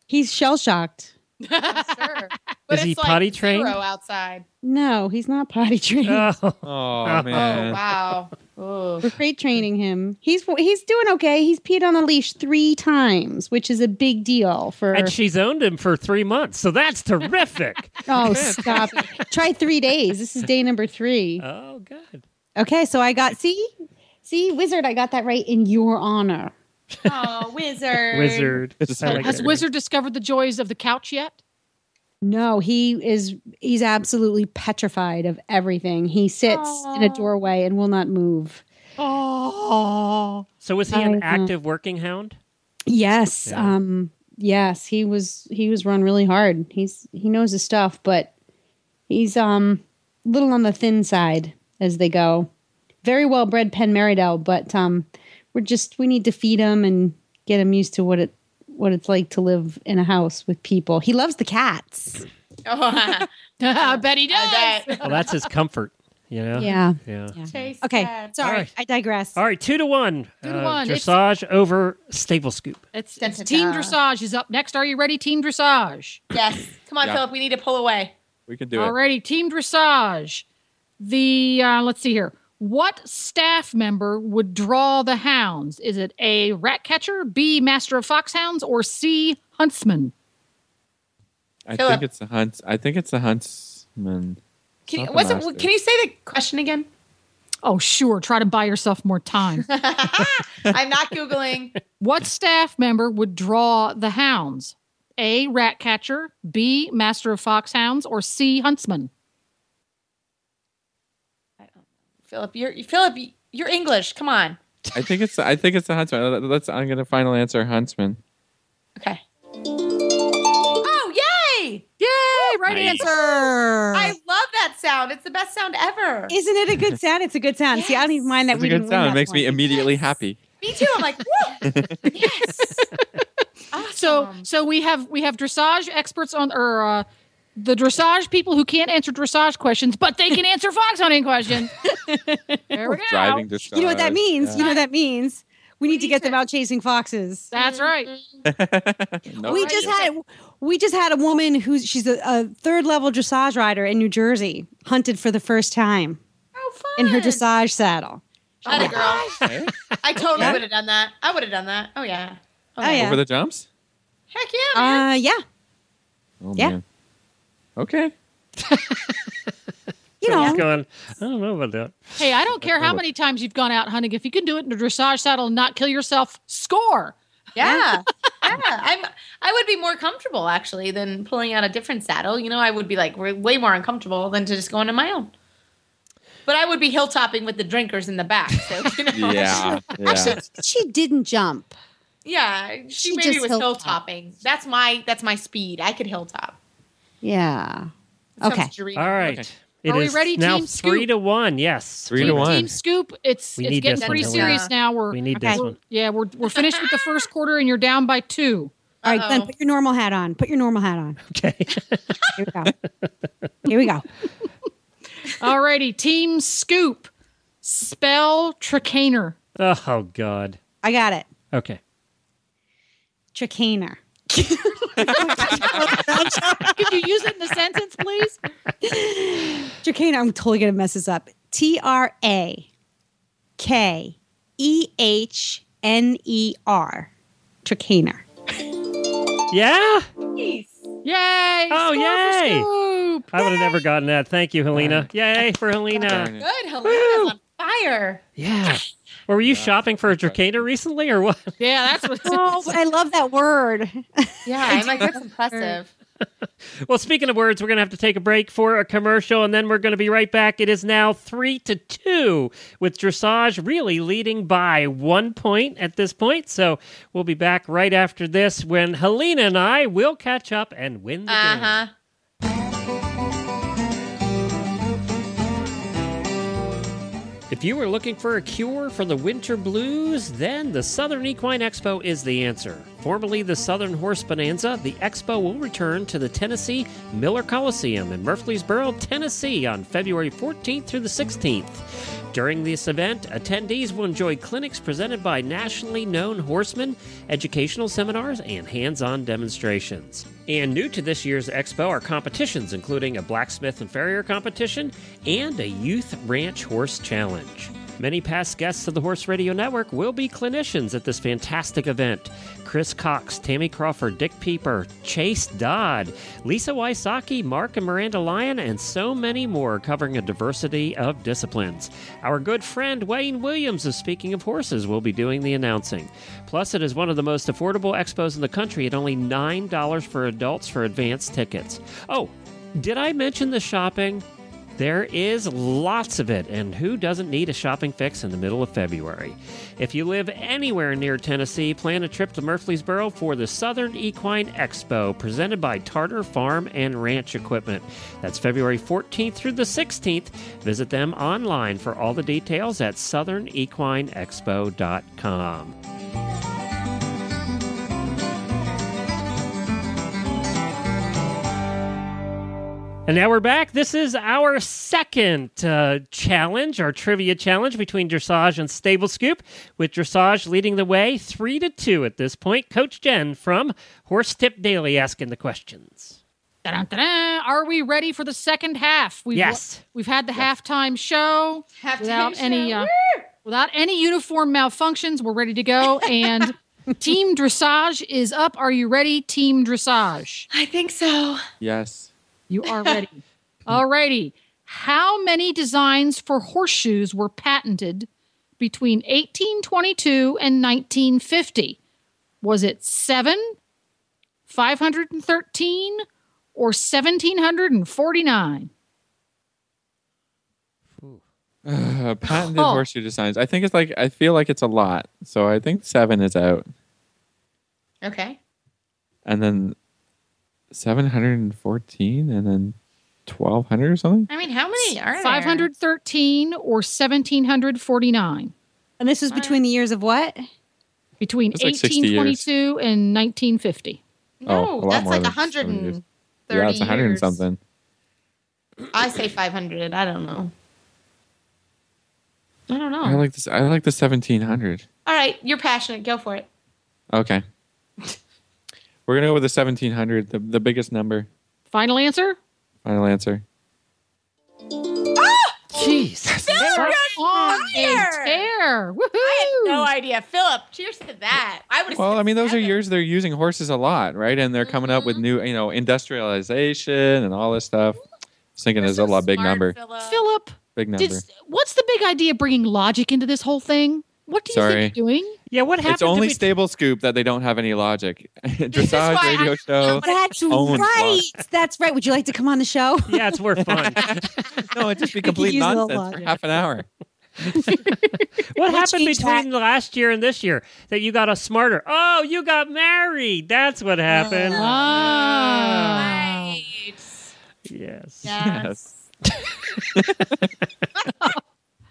[SPEAKER 3] He's shell shocked.
[SPEAKER 4] Sure. But
[SPEAKER 1] Is he
[SPEAKER 4] it's like
[SPEAKER 1] potty trained?
[SPEAKER 4] zero outside.
[SPEAKER 3] No, he's not potty trained.
[SPEAKER 1] Oh,
[SPEAKER 5] Oh
[SPEAKER 4] Oh
[SPEAKER 5] man.
[SPEAKER 4] wow. Ugh.
[SPEAKER 3] We're crate training him. He's he's doing okay. He's peed on a leash three times, which is a big deal for.
[SPEAKER 1] and she's owned him for three months, so that's terrific.
[SPEAKER 3] oh, stop! Try three days. This is day number three.
[SPEAKER 1] oh, good.
[SPEAKER 3] Okay, so I got see, see, wizard. I got that right in your honor.
[SPEAKER 4] Oh, wizard.
[SPEAKER 1] Wizard.
[SPEAKER 5] It's
[SPEAKER 1] I like
[SPEAKER 6] Has
[SPEAKER 1] it.
[SPEAKER 6] Wizard discovered the joys of the couch yet?
[SPEAKER 3] No, he is he's absolutely petrified of everything. He sits in a
[SPEAKER 4] Aw.
[SPEAKER 3] doorway and will not move.
[SPEAKER 6] Oh,
[SPEAKER 1] So was he an
[SPEAKER 3] I, uh,
[SPEAKER 1] active working hound?
[SPEAKER 3] Yes.
[SPEAKER 1] Yeah.
[SPEAKER 3] Um yes, he was he was run really hard. He's he knows his stuff, but he's um a little on the thin side as they go. Very well bred Penn Meridel, but um we're just we need to feed him and get him used to what it what it's like to live in a house with people. He loves the cats.
[SPEAKER 4] Oh,
[SPEAKER 6] I bet he does.
[SPEAKER 4] I bet.
[SPEAKER 1] Well, that's his comfort, you know?
[SPEAKER 3] Yeah.
[SPEAKER 1] Yeah.
[SPEAKER 4] Chase
[SPEAKER 3] Okay.
[SPEAKER 4] that.
[SPEAKER 3] Sorry,
[SPEAKER 1] All right.
[SPEAKER 3] I digress.
[SPEAKER 1] All right, two to one. Uh,
[SPEAKER 6] Two to one. It's-
[SPEAKER 1] Dressage over Stable Scoop.
[SPEAKER 6] It's,
[SPEAKER 4] Dun,
[SPEAKER 6] it's
[SPEAKER 4] dun,
[SPEAKER 6] Team
[SPEAKER 4] dun.
[SPEAKER 6] Dressage is up next. Are you ready, Team Dressage?
[SPEAKER 4] Yes. Come on,
[SPEAKER 5] Yeah.
[SPEAKER 4] Philip. We need to pull away.
[SPEAKER 5] We can do it.
[SPEAKER 6] Alrighty, Team Dressage. The uh, let's see here. What staff member would draw the hounds? Is it a rat catcher, B master of foxhounds, or C huntsman?
[SPEAKER 5] I
[SPEAKER 4] Philip.
[SPEAKER 5] think it's a hunt. I think it's a huntsman.
[SPEAKER 4] Can you,
[SPEAKER 5] Not the
[SPEAKER 4] what's
[SPEAKER 5] master.
[SPEAKER 4] it, can you say the question again?
[SPEAKER 6] Oh, sure. Try to buy yourself more time.
[SPEAKER 4] I'm not googling.
[SPEAKER 6] What staff member would draw the hounds? A rat catcher, B master of foxhounds, or C huntsman?
[SPEAKER 4] Philip, you're Philip. You're English. Come on.
[SPEAKER 5] I think it's. I think it's a huntsman. Let's. I'm gonna final answer huntsman.
[SPEAKER 4] Okay. Oh, yay!
[SPEAKER 6] Yay! Right
[SPEAKER 5] Nice.
[SPEAKER 6] answer.
[SPEAKER 4] I love that sound. It's the best sound ever.
[SPEAKER 3] Isn't it a good sound? It's a good sound. See, I don't even mind that
[SPEAKER 5] That's
[SPEAKER 3] we
[SPEAKER 5] a good
[SPEAKER 3] didn't win
[SPEAKER 5] sound. It
[SPEAKER 3] that
[SPEAKER 5] makes me
[SPEAKER 3] one.
[SPEAKER 5] immediately
[SPEAKER 4] Yes.
[SPEAKER 5] happy.
[SPEAKER 4] Me too. I'm like, woo! yes.
[SPEAKER 6] So
[SPEAKER 4] Awesome.
[SPEAKER 6] so we have we have dressage experts on or uh, the dressage people who can't answer dressage questions, but they can answer fox hunting questions. there we go.
[SPEAKER 5] Driving to
[SPEAKER 3] You know what that means? You know what that means? We need to
[SPEAKER 4] need
[SPEAKER 3] get them
[SPEAKER 4] to-
[SPEAKER 3] out chasing foxes.
[SPEAKER 6] That's right.
[SPEAKER 5] No
[SPEAKER 3] we
[SPEAKER 5] idea.
[SPEAKER 3] just had we just had a woman who's she's a, a third level dressage rider in New Jersey hunted for the first time
[SPEAKER 4] Oh, fun.
[SPEAKER 3] in her dressage Oh saddle.
[SPEAKER 4] Atta girl.
[SPEAKER 5] Eh?
[SPEAKER 4] I totally would have done that. I would have done that. Oh yeah.
[SPEAKER 3] Oh yeah.
[SPEAKER 5] over the jumps.
[SPEAKER 4] Heck yeah, man.
[SPEAKER 3] Uh yeah.
[SPEAKER 5] Oh,
[SPEAKER 3] Yeah.
[SPEAKER 5] Man. Okay.
[SPEAKER 3] You
[SPEAKER 1] He's
[SPEAKER 3] know,
[SPEAKER 1] going, I don't know about that.
[SPEAKER 6] Hey, I don't care how many times you've gone out hunting. If you can do it in a dressage saddle and not kill yourself, score.
[SPEAKER 4] yeah. yeah. I'm. I would be more comfortable actually than pulling out a different saddle. You know, I would be like w- way more uncomfortable than to just going on my own. But I would be hilltopping with the drinkers in the back. So you know.
[SPEAKER 5] Yeah. yeah.
[SPEAKER 3] actually she didn't jump.
[SPEAKER 4] Yeah, she,
[SPEAKER 3] She
[SPEAKER 4] maybe
[SPEAKER 3] just
[SPEAKER 4] was
[SPEAKER 3] hilltop.
[SPEAKER 4] hilltopping. That's my that's my speed. I could hilltop.
[SPEAKER 3] Yeah.
[SPEAKER 4] It sounds
[SPEAKER 3] Okay.
[SPEAKER 4] dreamy.
[SPEAKER 1] All right.
[SPEAKER 5] Okay.
[SPEAKER 1] It
[SPEAKER 6] Are we
[SPEAKER 1] is
[SPEAKER 6] ready,
[SPEAKER 1] now
[SPEAKER 6] Team
[SPEAKER 1] three
[SPEAKER 6] Scoop?
[SPEAKER 1] to one. Yes.
[SPEAKER 5] Three to
[SPEAKER 6] Team-
[SPEAKER 5] one.
[SPEAKER 6] Team Scoop, it's
[SPEAKER 1] We
[SPEAKER 6] it's
[SPEAKER 1] need
[SPEAKER 6] getting
[SPEAKER 1] this
[SPEAKER 6] pretty
[SPEAKER 4] one, Helena.
[SPEAKER 6] serious now. We're
[SPEAKER 1] We need
[SPEAKER 3] Okay.
[SPEAKER 1] this one.
[SPEAKER 6] yeah, we're we're finished with the first quarter and you're down by two.
[SPEAKER 3] All right, Glenn,
[SPEAKER 4] Uh-oh.
[SPEAKER 3] put your normal hat on. Put your normal hat on.
[SPEAKER 1] Okay.
[SPEAKER 3] Here we go. Here we go.
[SPEAKER 6] Alrighty, Team Scoop. Spell Tricaner.
[SPEAKER 1] oh, God.
[SPEAKER 3] I got it.
[SPEAKER 1] Okay.
[SPEAKER 3] Tricaner.
[SPEAKER 6] Could you use it in a sentence, please?
[SPEAKER 3] Tracana, I'm totally going to mess this up. T R A K E H N E R. Tracana.
[SPEAKER 1] Yeah?
[SPEAKER 6] Yay!
[SPEAKER 1] Oh,
[SPEAKER 6] Score for
[SPEAKER 1] yay.
[SPEAKER 6] Scoop!
[SPEAKER 1] I would have never gotten that. Thank you, Helena. Yay for Helena.
[SPEAKER 5] Darn it.
[SPEAKER 4] Good, Helena's on fire.
[SPEAKER 1] Yeah. Or were you shopping for a Dracana recently or what?
[SPEAKER 6] Yeah, that's what.
[SPEAKER 3] Oh, I love that word.
[SPEAKER 4] Yeah, I'm like, that's impressive.
[SPEAKER 1] Well, speaking of words, we're going to have to take a break for a commercial and then we're going to be right back. It is now three to two with Dressage really leading by one point at this point. So we'll be back right after this when Helena and I will catch up and win the
[SPEAKER 4] Uh
[SPEAKER 1] game.
[SPEAKER 4] huh.
[SPEAKER 1] If you were looking for a cure for the winter blues, then the Southern Equine Expo is the answer. Formerly the Southern Horse Bonanza, the expo will return to the Tennessee Miller Coliseum in Murfreesboro, Tennessee on February 14th through the 16th. During this event, attendees will enjoy clinics presented by nationally known horsemen, educational seminars, and hands on demonstrations. And new to this year's expo are competitions, including a blacksmith and farrier competition and a youth ranch horse challenge. Many past guests of the Horse Radio Network will be clinicians at this fantastic event. Chris Cox, Tammy Crawford, Dick Pieper, Chase Dodd, Lisa Wysocki, Mark and Miranda Lyon, and so many more covering a diversity of disciplines. Our good friend Wayne Williams of Speaking of Horses will be doing the announcing. Plus, it is one of the most affordable expos in the country at only $9 for adults for advance tickets. Oh, did I mention the shopping? There is lots of it, and who doesn't need a shopping fix in the middle of February? If you live anywhere near Tennessee, plan a trip to Murfreesboro for the Southern Equine Expo, presented by Tartar Farm and Ranch Equipment. That's February 14th through the 16th. Visit them online for all the details at southernequineexpo.com. And now we're back. This is our second uh, challenge, our trivia challenge between Dressage and Stable Scoop, with Dressage leading the way three to two at this point. Coach Jen from Horse Tip Daily asking the questions.
[SPEAKER 6] Dun-dun-dun-dun. Are we ready for the second half? We've
[SPEAKER 1] Yes.
[SPEAKER 6] we've had the halftime show
[SPEAKER 4] Halftime
[SPEAKER 6] without any
[SPEAKER 4] show.
[SPEAKER 6] uh, without any uniform malfunctions. We're ready to go, and Team Dressage is up. Are you ready, Team Dressage?
[SPEAKER 4] I think so.
[SPEAKER 5] Yes.
[SPEAKER 6] You are ready. Alrighty. How many designs for horseshoes were patented between 1822 and 1950? Was it seven, 513, or 1749?
[SPEAKER 5] Uh, patented
[SPEAKER 6] Oh.
[SPEAKER 5] horseshoe designs. I think it's like I feel like it's a lot. So I think seven is out,
[SPEAKER 4] Okay.
[SPEAKER 5] and then seven hundred and fourteen, and then twelve hundred or something.
[SPEAKER 4] I mean, how many are there?
[SPEAKER 6] 513 or 1749
[SPEAKER 3] And this was between the years of what?
[SPEAKER 6] between
[SPEAKER 5] That's like 60 years.
[SPEAKER 6] 1822 and 1950.
[SPEAKER 4] No,
[SPEAKER 5] Oh, a lot
[SPEAKER 4] that's
[SPEAKER 5] more
[SPEAKER 4] like
[SPEAKER 5] than
[SPEAKER 4] 130
[SPEAKER 5] seven years. yeah, it's a hundred and
[SPEAKER 4] years.
[SPEAKER 5] something.
[SPEAKER 4] I say 500. I don't know. I don't know.
[SPEAKER 5] I like this. I like the seventeen hundred.
[SPEAKER 4] All right, you're passionate. Go for it.
[SPEAKER 5] Okay. We're gonna go with the seventeen hundred, the, the biggest number.
[SPEAKER 6] Final answer?
[SPEAKER 5] Final answer.
[SPEAKER 1] Jeez.
[SPEAKER 6] We're on
[SPEAKER 4] fire!
[SPEAKER 6] a tear. Woohoo!
[SPEAKER 4] No idea. Philip, cheers to that. I would
[SPEAKER 5] Well, I mean, those are years they're using horses a lot, right? And they're coming up
[SPEAKER 6] Mm-hmm.
[SPEAKER 5] with new, you know, industrialization and all this stuff. I was thinking it's a lot big number,
[SPEAKER 6] Philip,
[SPEAKER 5] big number.
[SPEAKER 6] did, what's the big idea of bringing logic into this whole thing? What do you
[SPEAKER 5] Sorry.
[SPEAKER 6] think you're doing?
[SPEAKER 1] Yeah, what happened?
[SPEAKER 5] It's only
[SPEAKER 1] to be-
[SPEAKER 5] stable scoop that they don't have any logic.
[SPEAKER 4] is
[SPEAKER 5] Dressage
[SPEAKER 4] why
[SPEAKER 5] radio
[SPEAKER 4] I-
[SPEAKER 5] show.
[SPEAKER 3] That's
[SPEAKER 5] Owen
[SPEAKER 3] right. That's right. Would you like to come on the show?
[SPEAKER 1] yeah, it's worth fun.
[SPEAKER 5] No, it'd just be
[SPEAKER 3] could
[SPEAKER 5] complete
[SPEAKER 3] use a little
[SPEAKER 5] nonsense for
[SPEAKER 3] logic.
[SPEAKER 5] half an hour.
[SPEAKER 1] What happened
[SPEAKER 3] change that.
[SPEAKER 1] between last year and this year that you got a smarter? Oh, you got married. That's what happened.
[SPEAKER 3] Oh.
[SPEAKER 6] Ah.
[SPEAKER 4] Right.
[SPEAKER 1] Yes.
[SPEAKER 4] Yes.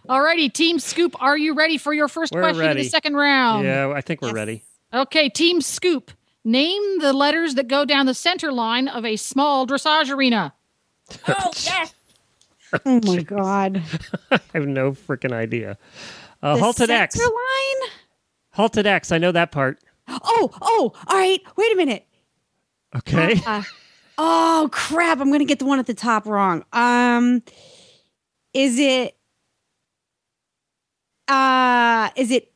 [SPEAKER 6] Alrighty, Team Scoop, are you ready for your 1st
[SPEAKER 1] We're
[SPEAKER 6] question of
[SPEAKER 1] ready.
[SPEAKER 6] the second round?
[SPEAKER 1] Yeah, I think we're ready.
[SPEAKER 6] Okay, Team Scoop, name the letters that go down the center line of a small dressage arena.
[SPEAKER 4] Oh, yes.
[SPEAKER 3] Oh my God.
[SPEAKER 1] I have no freaking idea. Uh,
[SPEAKER 3] The
[SPEAKER 1] halted
[SPEAKER 3] center
[SPEAKER 1] X.
[SPEAKER 3] line?
[SPEAKER 1] Halted X. I know that part.
[SPEAKER 3] Oh, oh, all right. Wait a minute.
[SPEAKER 1] Okay.
[SPEAKER 3] Uh, oh crap! I'm gonna get the one at the top wrong. Um, is it? Uh, is it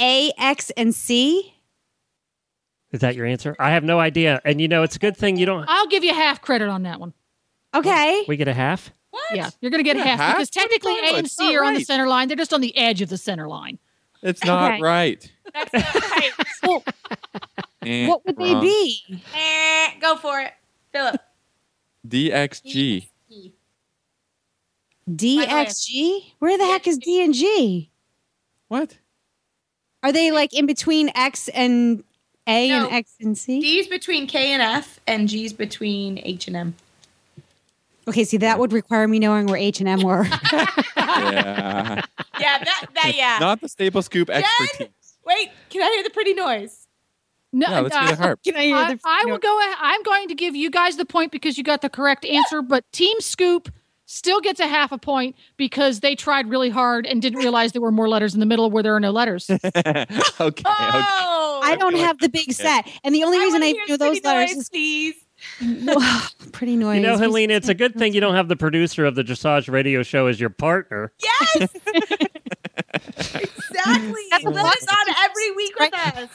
[SPEAKER 3] A, X, and C?
[SPEAKER 1] Is that your answer? I have no idea. And you know, it's a good thing you don't.
[SPEAKER 6] I'll give you half credit on that one.
[SPEAKER 3] Okay.
[SPEAKER 1] We get a half.
[SPEAKER 4] What?
[SPEAKER 6] Yeah, you're going to get
[SPEAKER 5] Yeah,
[SPEAKER 6] half,
[SPEAKER 5] half?
[SPEAKER 6] because technically
[SPEAKER 5] No,
[SPEAKER 6] A and
[SPEAKER 5] it's
[SPEAKER 6] C
[SPEAKER 5] not
[SPEAKER 6] are on the
[SPEAKER 5] right.
[SPEAKER 6] center line. They're just on the edge of the center line.
[SPEAKER 5] It's not
[SPEAKER 3] Okay.
[SPEAKER 5] right.
[SPEAKER 4] That's not right.
[SPEAKER 6] Well,
[SPEAKER 5] Eh,
[SPEAKER 3] What would they
[SPEAKER 5] wrong.
[SPEAKER 3] be?
[SPEAKER 4] Eh, Go for it, Philip.
[SPEAKER 5] DXG.
[SPEAKER 3] D,
[SPEAKER 4] By the way,
[SPEAKER 3] X, G? Where the heck is D and G?
[SPEAKER 5] What?
[SPEAKER 3] Are they like in between X and A
[SPEAKER 4] No.
[SPEAKER 3] and X and C?
[SPEAKER 4] D's between K and F, and G's between H and M.
[SPEAKER 3] okay, see that would require me knowing where H and M were.
[SPEAKER 5] Yeah.
[SPEAKER 4] Yeah, that, that yeah.
[SPEAKER 5] Not the staple scoop
[SPEAKER 4] Jen?
[SPEAKER 5] expertise.
[SPEAKER 4] Wait, can I hear the pretty noise?
[SPEAKER 6] no,
[SPEAKER 5] Yeah, let's hear the
[SPEAKER 6] uh,
[SPEAKER 5] harp.
[SPEAKER 3] Can I hear
[SPEAKER 6] I,
[SPEAKER 3] the-
[SPEAKER 6] I
[SPEAKER 3] no.
[SPEAKER 6] will go. ahe- I'm going to give you guys the point because you got the correct answer, but Team Scoop still gets a half a point because they tried really hard and didn't realize there were more letters in the middle where there are no letters.
[SPEAKER 5] okay. okay.
[SPEAKER 4] Oh,
[SPEAKER 3] I don't
[SPEAKER 5] Okay.
[SPEAKER 3] have the big set. And the only reason
[SPEAKER 4] wanna
[SPEAKER 3] I
[SPEAKER 4] hear
[SPEAKER 3] knew
[SPEAKER 4] the pretty
[SPEAKER 3] those letters
[SPEAKER 4] noise,
[SPEAKER 3] is
[SPEAKER 4] please.
[SPEAKER 3] pretty noise.
[SPEAKER 1] You know,
[SPEAKER 3] We-
[SPEAKER 1] Helena, it's a good thing you don't have the producer of the Dressage radio show as your partner.
[SPEAKER 4] Yes, exactly. Lily's on every week with us.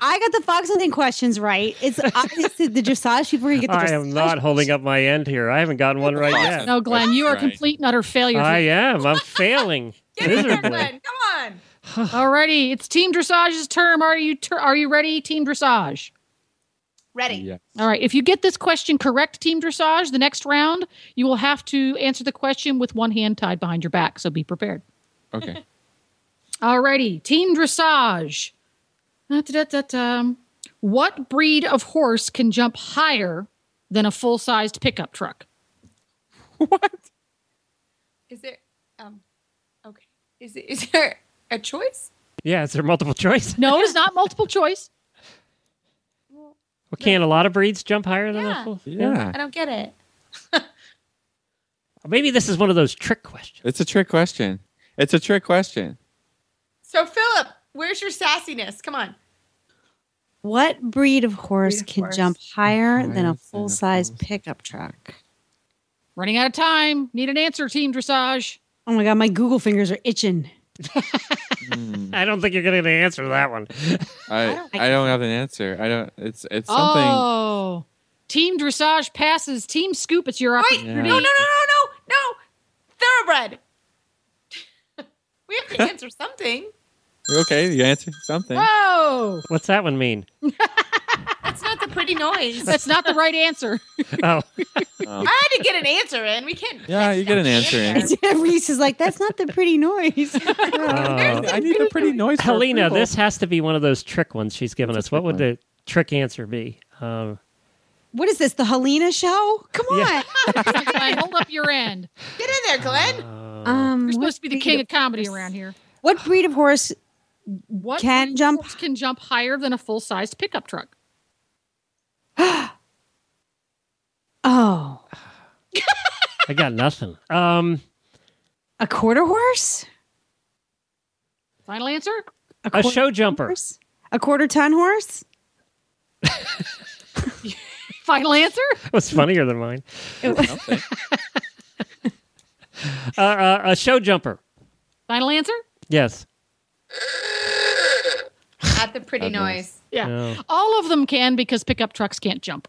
[SPEAKER 3] I got the Fox hunting questions right. It's obvious that the dressage people are gonna get the
[SPEAKER 1] I
[SPEAKER 3] dressage.
[SPEAKER 1] am not holding up my end here. I haven't gotten one right yet.
[SPEAKER 6] No, Glenn, you are a
[SPEAKER 5] Right.
[SPEAKER 6] complete and utter failure.
[SPEAKER 1] I am. I'm failing.
[SPEAKER 4] Get in there,
[SPEAKER 1] miserably.
[SPEAKER 4] Glenn. Come on.
[SPEAKER 6] Alrighty, it's Team Dressage's term. Are you ter- are you ready, Team Dressage?
[SPEAKER 4] Ready.
[SPEAKER 5] Yeah.
[SPEAKER 6] All right. If you get this question correct, Team Dressage, the next round you will have to answer the question with one hand tied behind your back. So be prepared.
[SPEAKER 5] Okay.
[SPEAKER 6] Alrighty, Team Dressage. Da-da-da-da-da. What breed of horse can jump higher than a full-sized pickup truck?
[SPEAKER 4] Is there um okay. Is it is there a choice?
[SPEAKER 1] Yeah, is there multiple choice?
[SPEAKER 6] No, it is not multiple choice.
[SPEAKER 1] Well, can a lot of breeds jump higher than
[SPEAKER 4] Yeah.
[SPEAKER 1] a full?
[SPEAKER 5] Yeah.
[SPEAKER 4] I don't get it.
[SPEAKER 1] Maybe this is one of those trick questions.
[SPEAKER 5] It's a trick question. It's a trick question.
[SPEAKER 4] So Philip, where's your sassiness? Come on.
[SPEAKER 3] What breed of horse
[SPEAKER 4] Breed of
[SPEAKER 3] can
[SPEAKER 4] horse.
[SPEAKER 3] jump higher than
[SPEAKER 5] than
[SPEAKER 3] a
[SPEAKER 5] a
[SPEAKER 3] full size
[SPEAKER 5] full-
[SPEAKER 3] pickup truck?
[SPEAKER 6] Running out of time. Need an answer, Team Dressage.
[SPEAKER 3] Oh my god, my Google fingers are itching.
[SPEAKER 5] Hmm.
[SPEAKER 1] I don't think you're going to answer that one.
[SPEAKER 5] I, I
[SPEAKER 3] don't
[SPEAKER 5] don't,
[SPEAKER 3] like
[SPEAKER 5] have an answer. I don't. It's it's something.
[SPEAKER 6] Oh, Team Dressage passes. Team Scoop, it's your
[SPEAKER 4] Wait,
[SPEAKER 6] opportunity.
[SPEAKER 5] Yeah.
[SPEAKER 4] no, no, no, no, no, no. Thoroughbred. we have to answer something.
[SPEAKER 5] Okay, you answered something.
[SPEAKER 6] Whoa,
[SPEAKER 1] What's that one mean?
[SPEAKER 4] That's not the pretty noise. I
[SPEAKER 6] that's not the right answer.
[SPEAKER 1] Oh,
[SPEAKER 5] Oh.
[SPEAKER 4] had to get an answer in. We can't.
[SPEAKER 5] Yeah, you get an answer in.
[SPEAKER 3] Reese is like, that's not the pretty noise.
[SPEAKER 1] uh,
[SPEAKER 5] I need a pretty noise. for
[SPEAKER 1] Helena,
[SPEAKER 5] approval.
[SPEAKER 1] this has to be one of those trick ones she's given
[SPEAKER 5] It's a
[SPEAKER 1] us. What
[SPEAKER 5] trick
[SPEAKER 1] would the
[SPEAKER 5] one.
[SPEAKER 1] trick answer be? Um,
[SPEAKER 3] what is this? The Helena show? Come on.
[SPEAKER 1] Yeah.
[SPEAKER 6] Glenn, hold up your end.
[SPEAKER 4] Get in there, Glenn.
[SPEAKER 1] uh,
[SPEAKER 3] Um,
[SPEAKER 6] You're
[SPEAKER 3] what
[SPEAKER 6] supposed to be the
[SPEAKER 3] breed
[SPEAKER 6] king
[SPEAKER 3] of-
[SPEAKER 6] of comedy around here.
[SPEAKER 3] What breed of horse?
[SPEAKER 6] What
[SPEAKER 3] Can
[SPEAKER 6] breed of
[SPEAKER 3] jump-
[SPEAKER 6] horse can jump higher than a full-sized pickup truck?
[SPEAKER 3] Oh,
[SPEAKER 1] I got nothing. Um,
[SPEAKER 3] a quarter horse?
[SPEAKER 6] Final answer?
[SPEAKER 1] a
[SPEAKER 3] quarter
[SPEAKER 1] show jumper.
[SPEAKER 3] horse? A quarter ton horse?
[SPEAKER 6] Final answer?
[SPEAKER 1] was funnier than mine.
[SPEAKER 5] Something.
[SPEAKER 1] Uh, uh, a show jumper.
[SPEAKER 6] Final answer?
[SPEAKER 1] Yes.
[SPEAKER 4] At the pretty
[SPEAKER 5] Bad
[SPEAKER 4] noise.
[SPEAKER 5] noise.
[SPEAKER 6] Yeah.
[SPEAKER 1] No.
[SPEAKER 6] All of them can because pickup trucks can't jump.